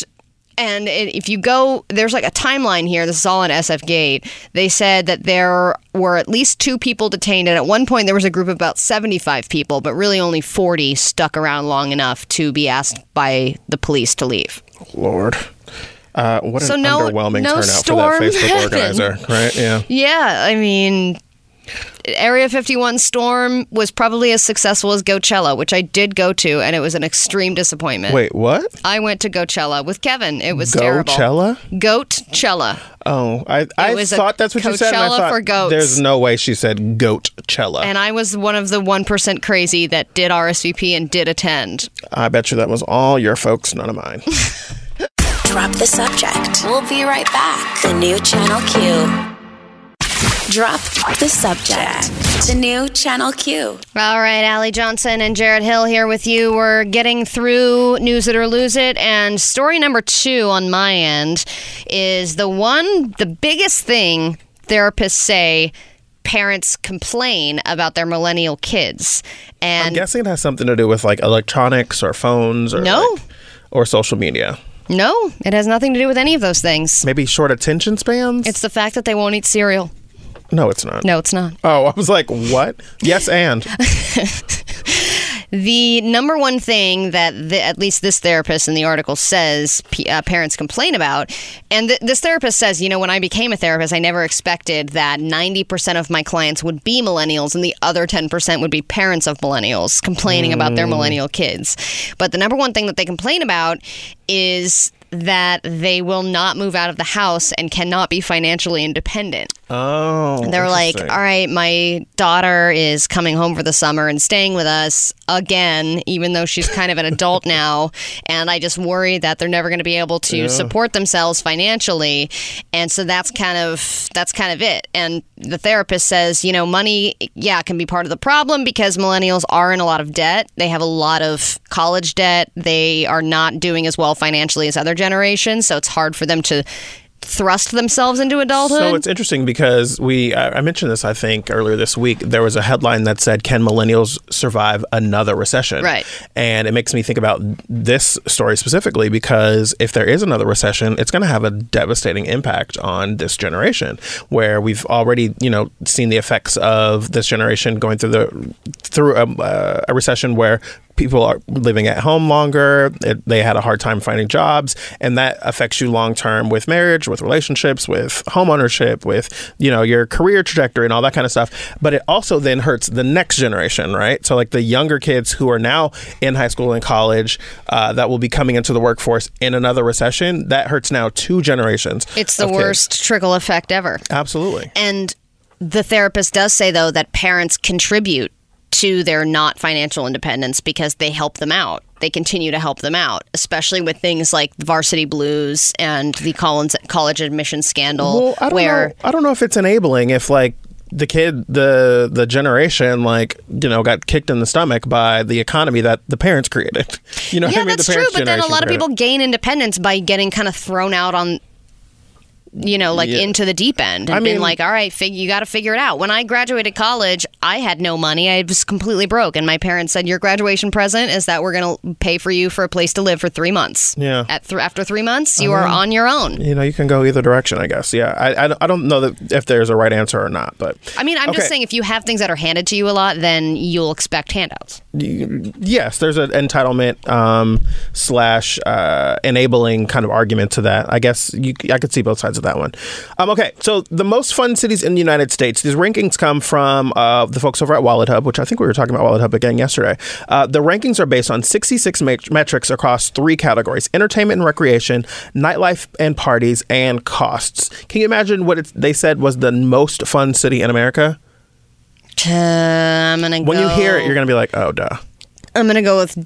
Speaker 2: and it, if you go, there's like a timeline here. This is all on SF Gate. They said that there were at least two people detained, and at one point there was a group of about 75 people, but really only 40 stuck around long enough to be asked by the police to leave.
Speaker 3: Lord. Uh, what
Speaker 2: So
Speaker 3: an
Speaker 2: no-
Speaker 3: underwhelming
Speaker 2: no
Speaker 3: turnout
Speaker 2: storm
Speaker 3: for that Facebook
Speaker 2: happened.
Speaker 3: organizer, right? Yeah.
Speaker 2: Yeah, I mean, Area 51 storm was probably as successful as Coachella, which I did go to, and it was an extreme disappointment.
Speaker 3: Wait, what?
Speaker 2: I went to Coachella with Kevin. It was terrible.
Speaker 3: Coachella?
Speaker 2: Goatchella.
Speaker 3: Oh, I, I
Speaker 2: was a
Speaker 3: thought that's what you said. and I
Speaker 2: Coachella
Speaker 3: thought,
Speaker 2: for goats.
Speaker 3: There's no way she said goat cella.
Speaker 2: And I was one of the 1% crazy that did RSVP and did attend.
Speaker 3: I bet you that was all your folks, none of mine.
Speaker 1: Drop the subject. We'll be right back. The new Channel Q. Drop the subject. The new Channel Q.
Speaker 2: All right, Allie Johnson and Jared Hill here with you. We're getting through News It or Lose It. And story number two on my end is the one, the biggest thing therapists say parents complain about their millennial kids.
Speaker 3: I'm
Speaker 2: And
Speaker 3: guessing it has something to do with like electronics or phones or
Speaker 2: No.
Speaker 3: like- or social media.
Speaker 2: no, it has nothing to do with any of those things.
Speaker 3: Maybe short attention spans?
Speaker 2: It's the fact that they won't eat cereal.
Speaker 3: no, it's not.
Speaker 2: No, it's not.
Speaker 3: Oh, I was like, what? Yes, and
Speaker 2: The number one thing that the, at least this therapist in the article says p- uh, parents complain about, and th- this therapist says, you know, when I became a therapist, I never expected that 90% of my clients would be millennials and the other 10% would be parents of millennials complaining about their millennial kids. But the number one thing that they complain about is that they will not move out of the house and cannot be financially independent.
Speaker 3: oh,
Speaker 2: They're like, all
Speaker 3: interesting.
Speaker 2: right, my daughter is coming home for the summer and staying with us again, even though she's kind of an adult now. And I just worry that they're never going to be able to support themselves financially. And so that's kind of that's kind of it. And the therapist says, you know, money, yeah, can be part of the problem because millennials are in a lot of debt. They have a lot of college debt. They are not doing as well financially as other generations. So it's hard for them to thrust themselves into adulthood.
Speaker 3: So it's interesting because we, I I mentioned this, I think, earlier this week. There was a headline that said, Can millennials survive another recession?
Speaker 2: Right.
Speaker 3: And it makes me think about this story specifically because if there is another recession, it's going to have a devastating impact on this generation where we've already, you know, seen the effects of this generation going through the, through a, uh, a recession where people are living at home longer it, they had a hard time finding jobs and that affects you long term with marriage with relationships with home ownership with you know your career trajectory and all that kind of stuff but it also then hurts the next generation right so like the younger kids who are now in high school and college uh, that will be coming into the workforce in another recession that hurts now two generations
Speaker 2: It's the
Speaker 3: of kids.
Speaker 2: worst trickle effect ever.
Speaker 3: absolutely
Speaker 2: And the therapist does say, though, that parents contribute to their not financial independence because they help them out. They continue to help them out, especially with things like the varsity blues and the Collins college admission scandal,
Speaker 3: Well, I don't
Speaker 2: where
Speaker 3: know. I don't know if it's enabling if like the kid the the generation like you know got kicked in the stomach by the economy that the parents created. You know, what
Speaker 2: yeah,
Speaker 3: I mean?
Speaker 2: that's
Speaker 3: the
Speaker 2: true.
Speaker 3: parents'
Speaker 2: But then a
Speaker 3: generation
Speaker 2: lot of
Speaker 3: created.
Speaker 2: people gain independence by getting kind of thrown out on, you know, like
Speaker 3: Yeah.
Speaker 2: into the deep end and
Speaker 3: I
Speaker 2: being
Speaker 3: mean-
Speaker 2: like, all right, fig- you got to figure it out. When I graduated college, I had no money. I was completely broke, and my parents said, "Your graduation present is that we're going to pay for you for a place to live for three months.
Speaker 3: Yeah.
Speaker 2: At th- after three months, you are on your own."
Speaker 3: You know, you can go either direction, I guess. Yeah, I, I, don't- I don't know that if there's a right answer or not, but
Speaker 2: I mean, I'm
Speaker 3: Okay.
Speaker 2: just saying, if you have things that are handed to you a lot, then you'll expect handouts.
Speaker 3: yes, there's an entitlement um, slash uh, enabling kind of argument to that. I guess you, I could see both sides of that one. Um, okay, so the most fun cities in the United States. These rankings come from uh, the folks over at Wallet Hub, which I think we were talking about Wallet Hub again yesterday. Uh, the rankings are based on 66 mat- metrics across three categories: entertainment and recreation, nightlife and parties, and costs. Can you imagine what it's, they said was the most fun city in America?
Speaker 2: Uh, I'm gonna
Speaker 3: When
Speaker 2: go,
Speaker 3: you hear it, you're going to be like, "Oh, duh."
Speaker 2: I'm gonna go with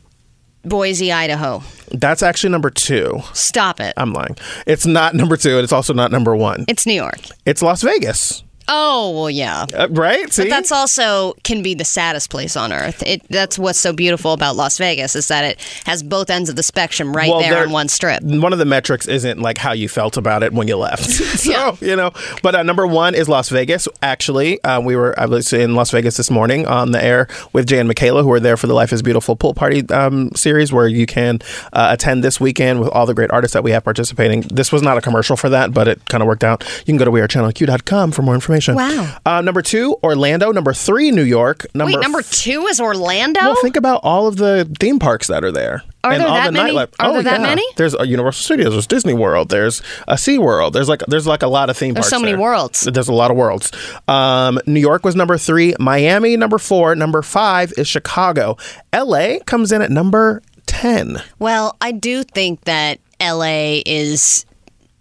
Speaker 2: Boise, Idaho.
Speaker 3: That's actually number two.
Speaker 2: Stop it.
Speaker 3: I'm lying. It's not number two, and it's also not number one.
Speaker 2: it's New York.
Speaker 3: It's Las Vegas,
Speaker 2: Oh well, yeah.
Speaker 3: Uh, right? See,
Speaker 2: That's also can be the saddest place on earth. It that's what's so beautiful about Las Vegas is that it has both ends of the spectrum right
Speaker 3: Well,
Speaker 2: there
Speaker 3: there-
Speaker 2: on one strip.
Speaker 3: one of the metrics isn't like how you felt about it when you left. so
Speaker 2: Yeah.
Speaker 3: you know, but uh, number one is Las Vegas. Actually, uh, we were I was in Las Vegas this morning on the air with Jay and Michaela, who are there for the Life Is Beautiful pool party um, series, where you can uh, attend this weekend with all the great artists that we have participating. This was not a commercial for that, but it kind of worked out. You can go to wearechannelq.com for more information.
Speaker 2: Wow.
Speaker 3: Uh, number two, Orlando. Number three, New York. Number
Speaker 2: Wait, number two is Orlando.
Speaker 3: Well, think about all of the theme parks that are there.
Speaker 2: Are
Speaker 3: and
Speaker 2: there
Speaker 3: all
Speaker 2: that
Speaker 3: the
Speaker 2: many?
Speaker 3: nightlife.
Speaker 2: Are
Speaker 3: oh,
Speaker 2: there that
Speaker 3: yeah.
Speaker 2: many?
Speaker 3: There's a Universal Studios. There's Disney World. There's a Sea World. There's like there's like a lot of theme
Speaker 2: There's
Speaker 3: parks.
Speaker 2: so many
Speaker 3: there.
Speaker 2: worlds.
Speaker 3: There's a lot of worlds. Um, New York was number three. Miami number four. Number five is Chicago. L.A. comes in at number ten.
Speaker 2: well, I do think that L.A. is,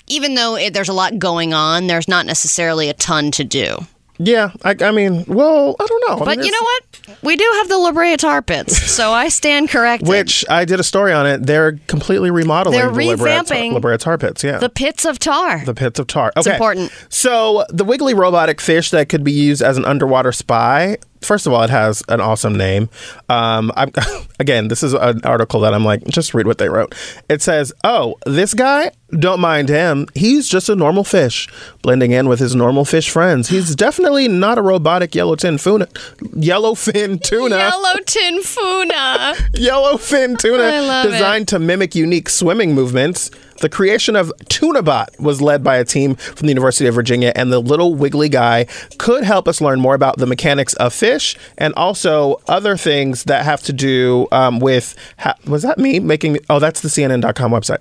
Speaker 2: even though it, there's a lot going on, there's not necessarily a ton to do. Yeah.
Speaker 3: I, I mean, well, I don't know. I mean,
Speaker 2: But you
Speaker 3: it's-
Speaker 2: know what? We do have the La Brea Tar Pits, so I stand corrected.
Speaker 3: Which I did a story on it. They're completely remodeling
Speaker 2: They're
Speaker 3: the La Brea Tar-
Speaker 2: revamping
Speaker 3: La Brea Tar Pits. Yeah.
Speaker 2: the pits of tar.
Speaker 3: The pits of tar. Okay.
Speaker 2: important.
Speaker 3: So the wiggly robotic fish that could be used as an underwater spy. First of all, it has an awesome name. Um, I'm, again, this is an article that I'm like, just read what they wrote. It says, "Oh, this guy, don't mind him. He's just a normal fish, blending in with his normal fish friends. He's definitely not a robotic yellowfin tuna, yellowfin tuna."
Speaker 2: Yellow tin funa.
Speaker 3: yellowfin
Speaker 2: I
Speaker 3: tuna
Speaker 2: love
Speaker 3: designed to mimic unique swimming movements. The creation of TunaBot was led by a team from the University of Virginia, and the little wiggly guy could help us learn more about the mechanics of fish and also other things that have to do um, with. Ha- was that me making? Oh, that's the CNN.com website.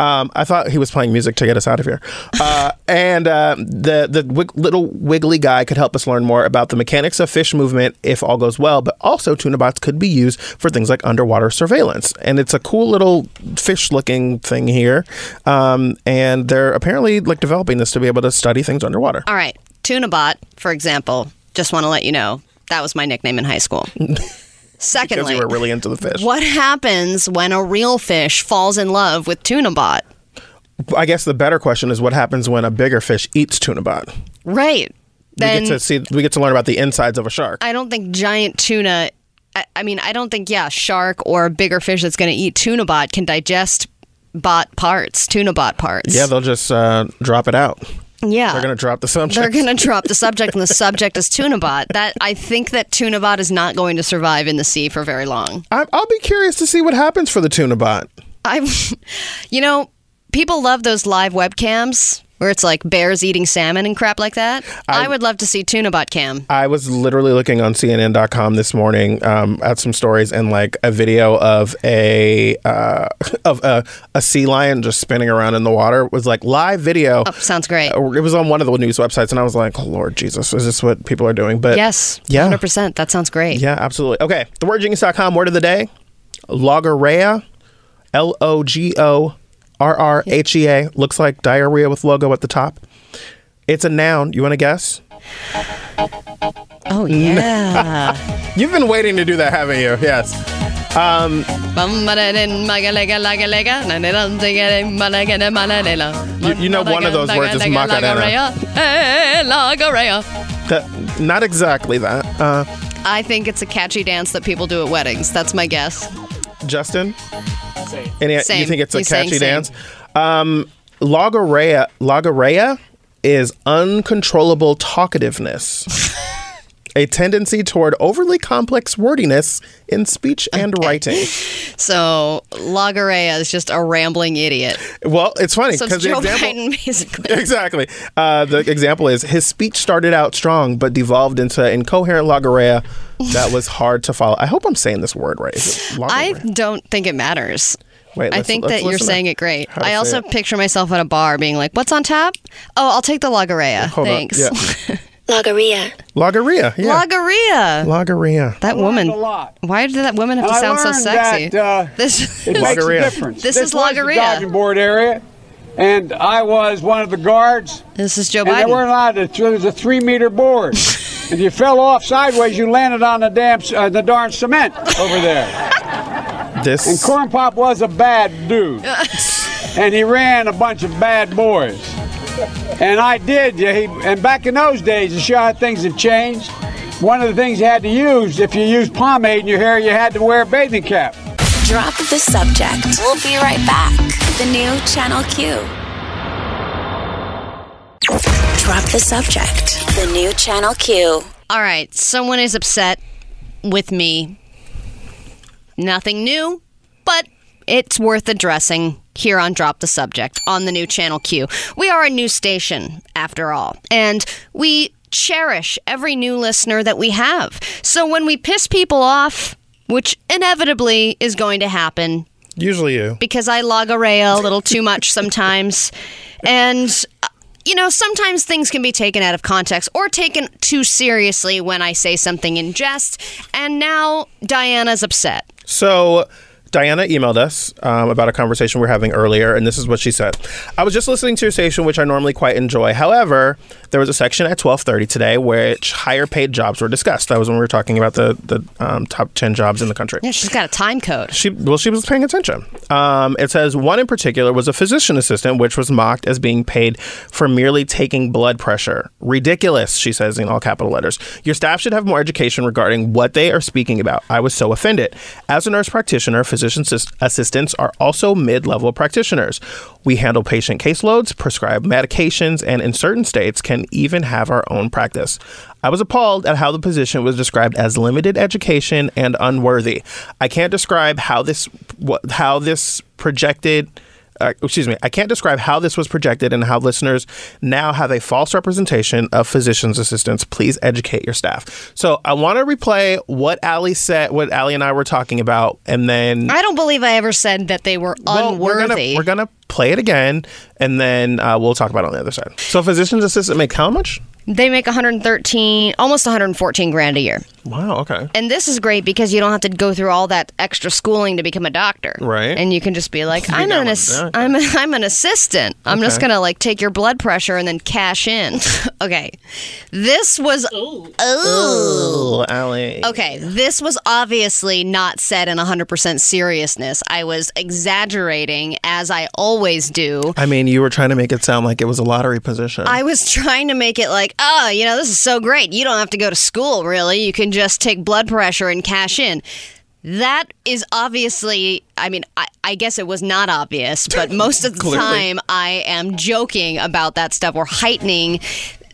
Speaker 3: Um, I thought he was playing music to get us out of here. Uh, and uh, the the wig- little wiggly guy could help us learn more about the mechanics of fish movement if all goes well. But also, tuna bots could be used for things like underwater surveillance. And it's a cool little fish looking thing here. Um, and they're apparently like developing this to be able to study things underwater.
Speaker 2: All right. TunaBot, for example, just want to let you know that was my nickname in high school.
Speaker 3: Because
Speaker 2: Secondly,
Speaker 3: you were really into the fish.
Speaker 2: what happens when a real fish falls in love with TunaBot?
Speaker 3: I guess the better question is what happens when a bigger fish eats tuna bot?
Speaker 2: Right.
Speaker 3: We
Speaker 2: Then
Speaker 3: get to see. We get to learn about the insides of a shark.
Speaker 2: I don't think giant tuna. I, I mean, I don't think yeah, shark or a bigger fish that's going to eat TunaBot can digest bot parts, tuna bot parts.
Speaker 3: Yeah, they'll just uh, drop it out.
Speaker 2: yeah.
Speaker 3: They're gonna drop the
Speaker 2: They're
Speaker 3: subject.
Speaker 2: going to drop the subject, and the subject is Tunabot. That I think that Tunabot is not going to survive in the sea for very long.
Speaker 3: I- I'll be curious to see what happens for the tuna bot.
Speaker 2: I, you know, people love those live webcams where it's like bears eating salmon and crap like that. I, would love to see Tunabot cam.
Speaker 3: I was literally looking on CNN.com this morning um, at some stories and like a video of a uh, of a, a sea lion just spinning around in the water was like live video.
Speaker 2: Oh, sounds great.
Speaker 3: Uh, It was on one of the news websites, and I was like, oh, "Lord Jesus, is this what people are doing?" But
Speaker 2: Yes,
Speaker 3: yeah,
Speaker 2: hundred percent. That sounds great.
Speaker 3: yeah, absolutely. Okay, thewordgenius.com word of the day: logorrhea, L O G O R R H E A. Looks like diarrhea with logo at the top. It's a noun. You want to guess?
Speaker 2: Oh yeah.
Speaker 3: You've been waiting to do that, haven't you? Yes.
Speaker 2: you,
Speaker 3: you know one of those words is Macarena.
Speaker 2: Eh,
Speaker 3: That- Uh, not exactly that. Uh,
Speaker 2: I think it's a catchy dance that people do at weddings. That's my guess.
Speaker 3: Justin? Any, You
Speaker 2: Same.
Speaker 3: think it's a
Speaker 2: He's saying
Speaker 3: catchy
Speaker 2: same.
Speaker 3: dance? Um, logorrhea, logorrhea is uncontrollable talkativeness. A tendency toward overly complex wordiness in speech and writing.
Speaker 2: So Lagarea is just a rambling idiot.
Speaker 3: Well, it's funny
Speaker 2: So it's
Speaker 3: because
Speaker 2: Joe
Speaker 3: the example
Speaker 2: Biden basically.
Speaker 3: exactly. Uh, the example is his speech started out strong but devolved into incoherent logorrhea that was hard to follow. I hope I'm saying this word right. Is it
Speaker 2: I
Speaker 3: logorrhea?
Speaker 2: don't think it matters.
Speaker 3: Wait,
Speaker 2: I
Speaker 3: let's-
Speaker 2: think
Speaker 3: let's
Speaker 2: that you're
Speaker 3: listen to
Speaker 2: saying it great.
Speaker 3: how to
Speaker 2: I
Speaker 3: say
Speaker 2: also
Speaker 3: it.
Speaker 2: picture myself at a bar being like, "What's on tap? Oh, I'll take the Lagarea.
Speaker 3: Hold on.
Speaker 2: Thanks.
Speaker 3: Yeah.
Speaker 1: Logorrhea.
Speaker 3: Logorrhea. Yeah.
Speaker 2: Logorrhea.
Speaker 3: Logorrhea.
Speaker 2: That woman. Why did that woman have to
Speaker 7: I
Speaker 2: sound so
Speaker 7: learned
Speaker 2: sexy?
Speaker 7: that, uh,
Speaker 2: this
Speaker 7: It makes
Speaker 3: Logorrhea.
Speaker 7: a difference.
Speaker 2: This is
Speaker 7: was the
Speaker 2: Logorrhea.
Speaker 7: diving board area, and I was one of the guards,
Speaker 2: this is Joe
Speaker 7: and they weren't
Speaker 2: Biden.
Speaker 7: allowed to. There was a three-meter board. If you fell off sideways, you landed on the damn, c- uh, the darn cement over there. And
Speaker 3: This
Speaker 7: Corn Pop was a bad dude, and he ran a bunch of bad boys. And I did. yeah, He, and back in those days, to show how things have changed, one of the things you had to use, if you used pomade in your hair, you had to wear a bathing cap.
Speaker 1: Drop the subject. We'll be right back. The new Channel Q. Drop the subject. The new Channel Q.
Speaker 2: All right, someone is upset with me. Nothing new, but it's worth addressing here on Drop the Subject on the new Channel Q. We are a new station, after all, and we cherish every new listener that we have. So when we piss people off, which inevitably is going to happen,
Speaker 3: usually you.
Speaker 2: because I log array a little too much sometimes. And, uh, you know, sometimes things can be taken out of context or taken too seriously when I say something in jest. And now Diana's upset.
Speaker 3: So Diana emailed us um, about a conversation we were having earlier, and this is what she said: "I was just listening to your station, which I normally quite enjoy. However, there was a section at twelve thirty today which higher-paid jobs were discussed. That was when we were talking about the the um, top ten jobs in the country.
Speaker 2: Yeah, she's got a time code.
Speaker 3: She well, she was paying attention. Um, it says one in particular was a physician assistant, which was mocked as being paid for merely taking blood pressure. Ridiculous, she says in all capital letters. Your staff should have more education regarding what they are speaking about. I was so offended. As a nurse practitioner, physician assist- assistants are also mid-level practitioners. We handle patient caseloads, prescribe medications, and in certain states can even have our own practice. I was appalled at how the position was described as limited education and unworthy. I can't describe how this what, how this projected uh, excuse me, I can't describe how this was projected and how listeners now have a false representation of physicians' assistants. Please educate your staff. So I want to replay what Allie said, what Allie and I were talking about, and then
Speaker 2: I don't believe I ever said that they were
Speaker 3: well,
Speaker 2: unworthy.
Speaker 3: we're gonna we're gonna play it again, and then uh, we'll talk about it on the other side. So physicians' assistant make how much?
Speaker 2: they make 113, almost 114 grand a year.
Speaker 3: Wow. Okay.
Speaker 2: And this is great because you don't have to go through all that extra schooling to become a doctor.
Speaker 3: Right.
Speaker 2: And you can just be like, I'm
Speaker 3: got
Speaker 2: an
Speaker 3: one
Speaker 2: ass-
Speaker 3: down.
Speaker 2: I'm, a, I'm an assistant. I'm just gonna like take your blood pressure and then cash in. okay. This was oh
Speaker 3: Oh, Allie.
Speaker 2: okay. This was obviously not said in 100% seriousness. I was exaggerating as I always do.
Speaker 3: I mean, you were trying to make it sound like it was a lottery position.
Speaker 2: I was trying to make it like, oh, you know, this is so great. You don't have to go to school, really. You can just take blood pressure and cash in. That is obviously, I mean, I, I guess it was not obvious, but most of the
Speaker 3: Clearly.
Speaker 2: time I am joking about that stuff or heightening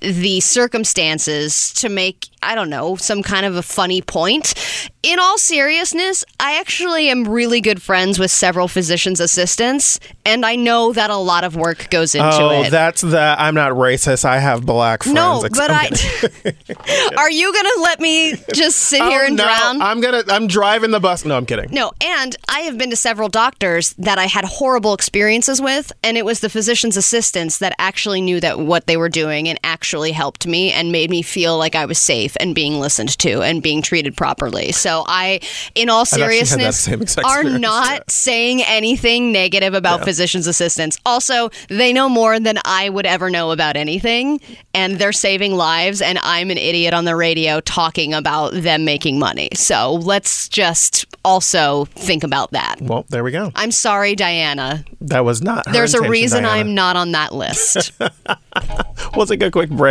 Speaker 2: the circumstances to make, I don't know, some kind of a funny point. In all seriousness, I actually am really good friends with several physician's assistants, and I know that a lot of work goes into
Speaker 3: Oh,
Speaker 2: it.
Speaker 3: that's the I'm not racist. I have black friends.
Speaker 2: no,
Speaker 3: Ex-
Speaker 2: but
Speaker 3: I'm
Speaker 2: I.
Speaker 3: kidding.
Speaker 2: are you going to let me just sit here
Speaker 3: Oh,
Speaker 2: and
Speaker 3: no,
Speaker 2: drown?
Speaker 3: I'm gonna. I'm driving the bus. No, I'm kidding.
Speaker 2: No, and I have been to several doctors that I had horrible experiences with, and it was the physician's assistants that actually knew that what they were doing and actually helped me and made me feel like I was safe and being listened to and being treated properly. So I, in all
Speaker 3: actually had that
Speaker 2: seriousness,
Speaker 3: same exact
Speaker 2: are
Speaker 3: experience,
Speaker 2: not
Speaker 3: yeah.
Speaker 2: saying anything negative about physician's assistants. Also, they know more than I would ever know about anything, and they're saving lives, and I'm an idiot on the radio talking about them making money. So let's just also think about that.
Speaker 3: Well, there we go.
Speaker 2: I'm sorry, Diana.
Speaker 3: That was not. her
Speaker 2: There's a
Speaker 3: intention,
Speaker 2: reason
Speaker 3: Diana.
Speaker 2: I'm not on that list.
Speaker 3: We'll take a quick break.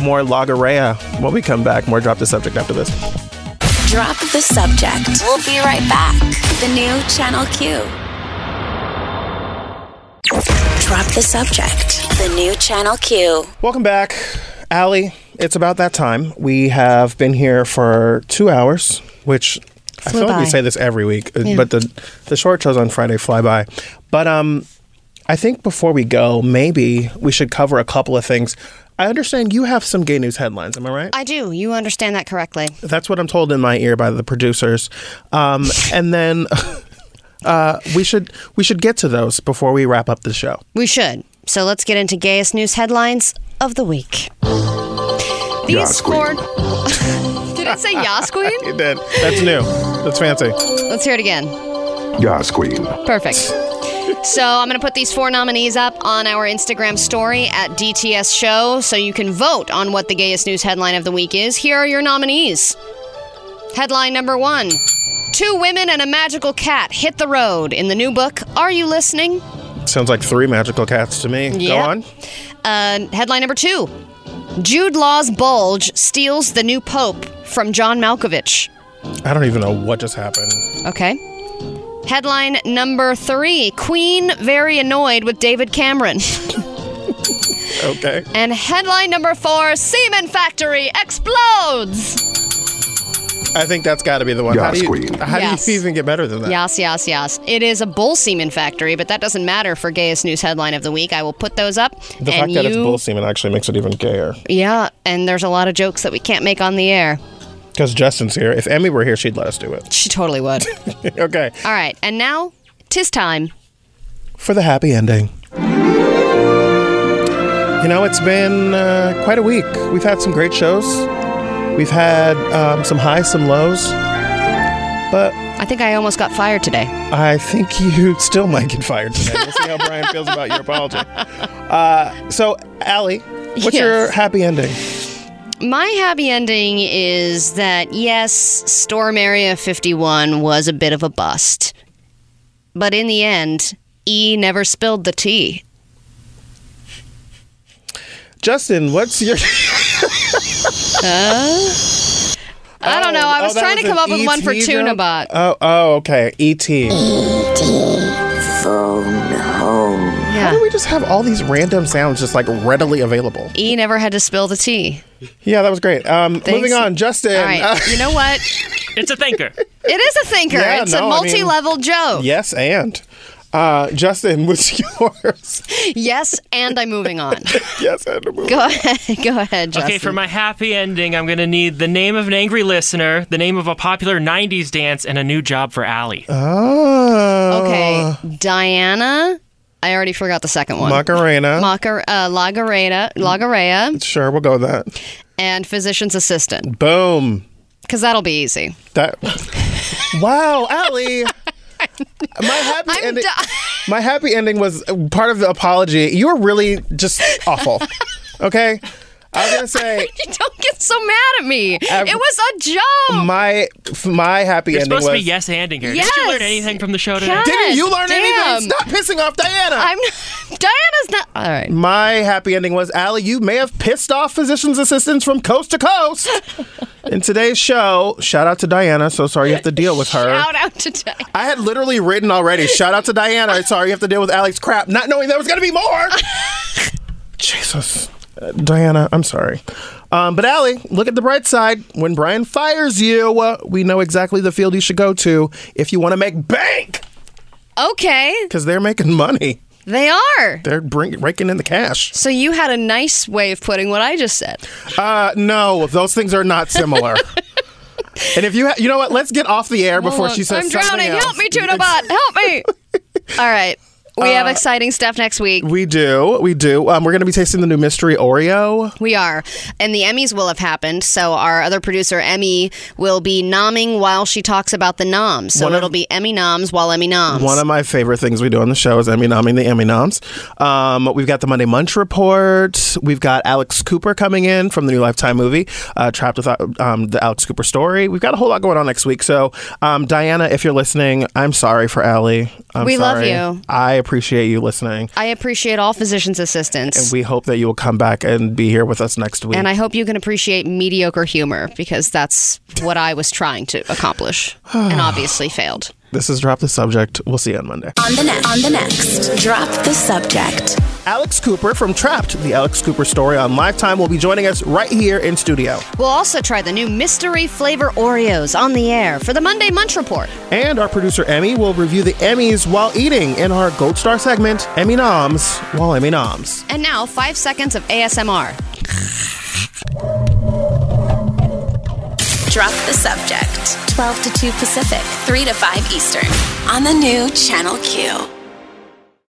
Speaker 3: More Lagarea when we come back. More drop the subject after this.
Speaker 1: Drop the subject. We'll be right back. The new Channel Q. Drop the subject. The new Channel Q.
Speaker 3: Welcome back, Allie. It's about that time. We have been here for two hours, which I
Speaker 2: Flew
Speaker 3: feel like we
Speaker 2: by.
Speaker 3: say this every week, uh, but the the short shows on Friday fly by. But um, I think before we go, maybe we should cover a couple of things. I understand you have some gay news headlines. Am I right?
Speaker 2: I do. You understand that correctly.
Speaker 3: That's what I'm told in my ear by the producers. Um, and then uh, we should we should get to those before we wrap up the show.
Speaker 2: We should. So let's get into gayest news headlines of the week. These scored. Did it say Yas Queen?
Speaker 3: Then that's new. That's fancy.
Speaker 2: Let's hear it again.
Speaker 8: Yas Queen.
Speaker 2: Perfect. So I'm going to put these four nominees up on our Instagram story at DTS Show so you can vote on what the gayest news headline of the week is. Here are your nominees. Headline number one Two women and a magical cat hit the road in the new book, Are You Listening?
Speaker 3: Sounds like three magical cats to me.
Speaker 2: Yeah.
Speaker 3: Go on.
Speaker 2: Uh, headline number two Jude Law's bulge steals the new pope from John Malkovich.
Speaker 3: I don't even know what just happened.
Speaker 2: Okay. Headline number three Queen very annoyed with David Cameron.
Speaker 3: Okay.
Speaker 2: And headline number four Semen Factory explodes!
Speaker 3: I think that's got to be the one. how
Speaker 8: Yas
Speaker 3: do you,
Speaker 8: Queen.
Speaker 3: How
Speaker 2: Yes.
Speaker 3: do you even get better than that?
Speaker 2: Yas, yas, yas. It is a bull semen factory, but that doesn't matter for gayest news headline of the week. I will put those up.
Speaker 3: The fact that it's bull semen actually makes it even gayer.
Speaker 2: Yeah, and there's a lot of jokes that we can't make on the air.
Speaker 3: Because Justin's here. If Emmy were here, she'd let us do it.
Speaker 2: She totally would.
Speaker 3: okay.
Speaker 2: All right, and now, tis time.
Speaker 3: for the happy ending. You know, it's been uh, quite a week. We've had some great shows. We've had um, some highs, some lows. But
Speaker 2: I think I almost got fired today.
Speaker 3: I think you still might get fired today. We'll see how Brian feels about your apology. Uh, so, Allie, what's your
Speaker 2: Yes.
Speaker 3: happy ending?
Speaker 2: My happy ending is that yes, Storm Area 51 was a bit of a bust. But in the end, E never spilled the tea.
Speaker 3: Justin, what's your.
Speaker 2: I don't know. I
Speaker 3: Oh,
Speaker 2: was
Speaker 3: that
Speaker 2: trying to
Speaker 3: an
Speaker 2: come up with one for
Speaker 3: ET joke?
Speaker 2: Tuna Bot.
Speaker 3: Oh, oh, okay. E.T. Why do
Speaker 2: Yeah.
Speaker 3: we just have all these random sounds just like readily available?
Speaker 2: E never had to spill the tea.
Speaker 3: Yeah, that was great. Um, moving on, Justin.
Speaker 2: All right.
Speaker 3: Uh,
Speaker 2: you know what?
Speaker 6: It's a thinker.
Speaker 2: It is a thinker.
Speaker 3: Yeah,
Speaker 2: it's
Speaker 3: no,
Speaker 2: a
Speaker 3: I mean-
Speaker 2: multi-level joke.
Speaker 3: Yes, and uh, Justin, what's yours?
Speaker 2: Yes, and I'm moving on.
Speaker 3: yes, and a movie.
Speaker 2: Go ahead. Go ahead, Justin.
Speaker 6: Okay, for my happy ending, I'm going to need the name of an angry listener, the name of a popular 90s dance, and a new job for Allie.
Speaker 3: Uh, Oh,
Speaker 2: Okay, Diana. I already forgot the second one.
Speaker 3: Macarena.
Speaker 2: Macar- uh, Lagareda, Lagarea,
Speaker 3: sure, we'll go with that.
Speaker 2: and physician's assistant,
Speaker 3: Boom.
Speaker 2: because that'll be easy.
Speaker 3: That. wow, Allie. My happy
Speaker 2: I'm
Speaker 3: ending.
Speaker 2: di-
Speaker 3: my happy ending was part of the apology. You were really just awful. Okay, I was gonna say
Speaker 2: You don't get so mad at me. it was a joke.
Speaker 3: my my happy
Speaker 6: You're
Speaker 3: ending
Speaker 6: supposed
Speaker 3: was.
Speaker 6: to be yes anding here. Did you
Speaker 2: Yes.
Speaker 6: learn anything from the show today?
Speaker 2: God
Speaker 3: Didn't you learn
Speaker 2: Damn.
Speaker 3: anything? Stop pissing off Diana.
Speaker 2: I'm Diana's not. All right.
Speaker 3: My happy ending was Allie, you may have pissed off physician's assistants from coast to coast. In today's show, shout out to Diana. So sorry you have to deal with her.
Speaker 2: Shout out to Diana.
Speaker 3: I had literally written already. Shout out to Diana. Sorry you have to deal with Alex crap, not knowing there was going to be more. Jesus. Uh, Diana, I'm sorry. Um, but Allie, look at the bright side. When Brian fires you, uh, we know exactly the field you should go to if you want to make bank
Speaker 2: Okay,
Speaker 3: because they're making money.
Speaker 2: they are.
Speaker 3: They're bring- raking in the cash.
Speaker 2: So you had a nice way of putting what I just said.
Speaker 3: Uh, no, those things are not similar. and if you, ha- you know what? Let's get off the air before
Speaker 2: Hold
Speaker 3: she
Speaker 2: on.
Speaker 3: says
Speaker 2: I'm
Speaker 3: something
Speaker 2: drowning.
Speaker 3: else. Uh,
Speaker 2: Help me, tuna bot. Help me. All right. We have exciting stuff next week.
Speaker 3: We do, we do. Um, we're going to be tasting the new mystery Oreo.
Speaker 2: We are. And the Emmys will have happened. So our other producer, Emmy, will be nomming while she talks about the noms. So
Speaker 3: One of-
Speaker 2: it'll be Emmy noms while Emmy noms.
Speaker 3: One of my favorite things we do on the show is Emmy nomming the Emmy noms. Um, we've got the Monday Munch Report. We've got Alex Cooper coming in from the new Lifetime movie, uh, Trapped with um, the Alex Cooper story. We've got a whole lot going on next week. So, um, Diana, if you're listening, I'm sorry for Allie. I'm
Speaker 2: We love
Speaker 3: sorry.
Speaker 2: you.
Speaker 3: I appreciate you listening.
Speaker 2: I appreciate all physician's assistants.
Speaker 3: We hope that you will come back and be here with us next week.
Speaker 2: And I hope you can appreciate mediocre humor because that's what I was trying to accomplish and obviously failed.
Speaker 3: this is Drop the Subject. We'll see you on Monday.
Speaker 1: On the, ne- on the next, drop the subject.
Speaker 3: Alex Cooper from Trapped, the Alex Cooper story on Lifetime, will be joining us right here in studio.
Speaker 2: We'll also try the new mystery flavor Oreos on the air for the Monday Munch Report.
Speaker 3: And our producer Emmy will review the Emmys while eating in our Gold Star segment, Emmy Noms, while Emmy Noms.
Speaker 2: And now, five seconds of ASMR.
Speaker 1: Drop the subject. 12 to 2 Pacific, 3 to 5 Eastern. On the new Channel Q.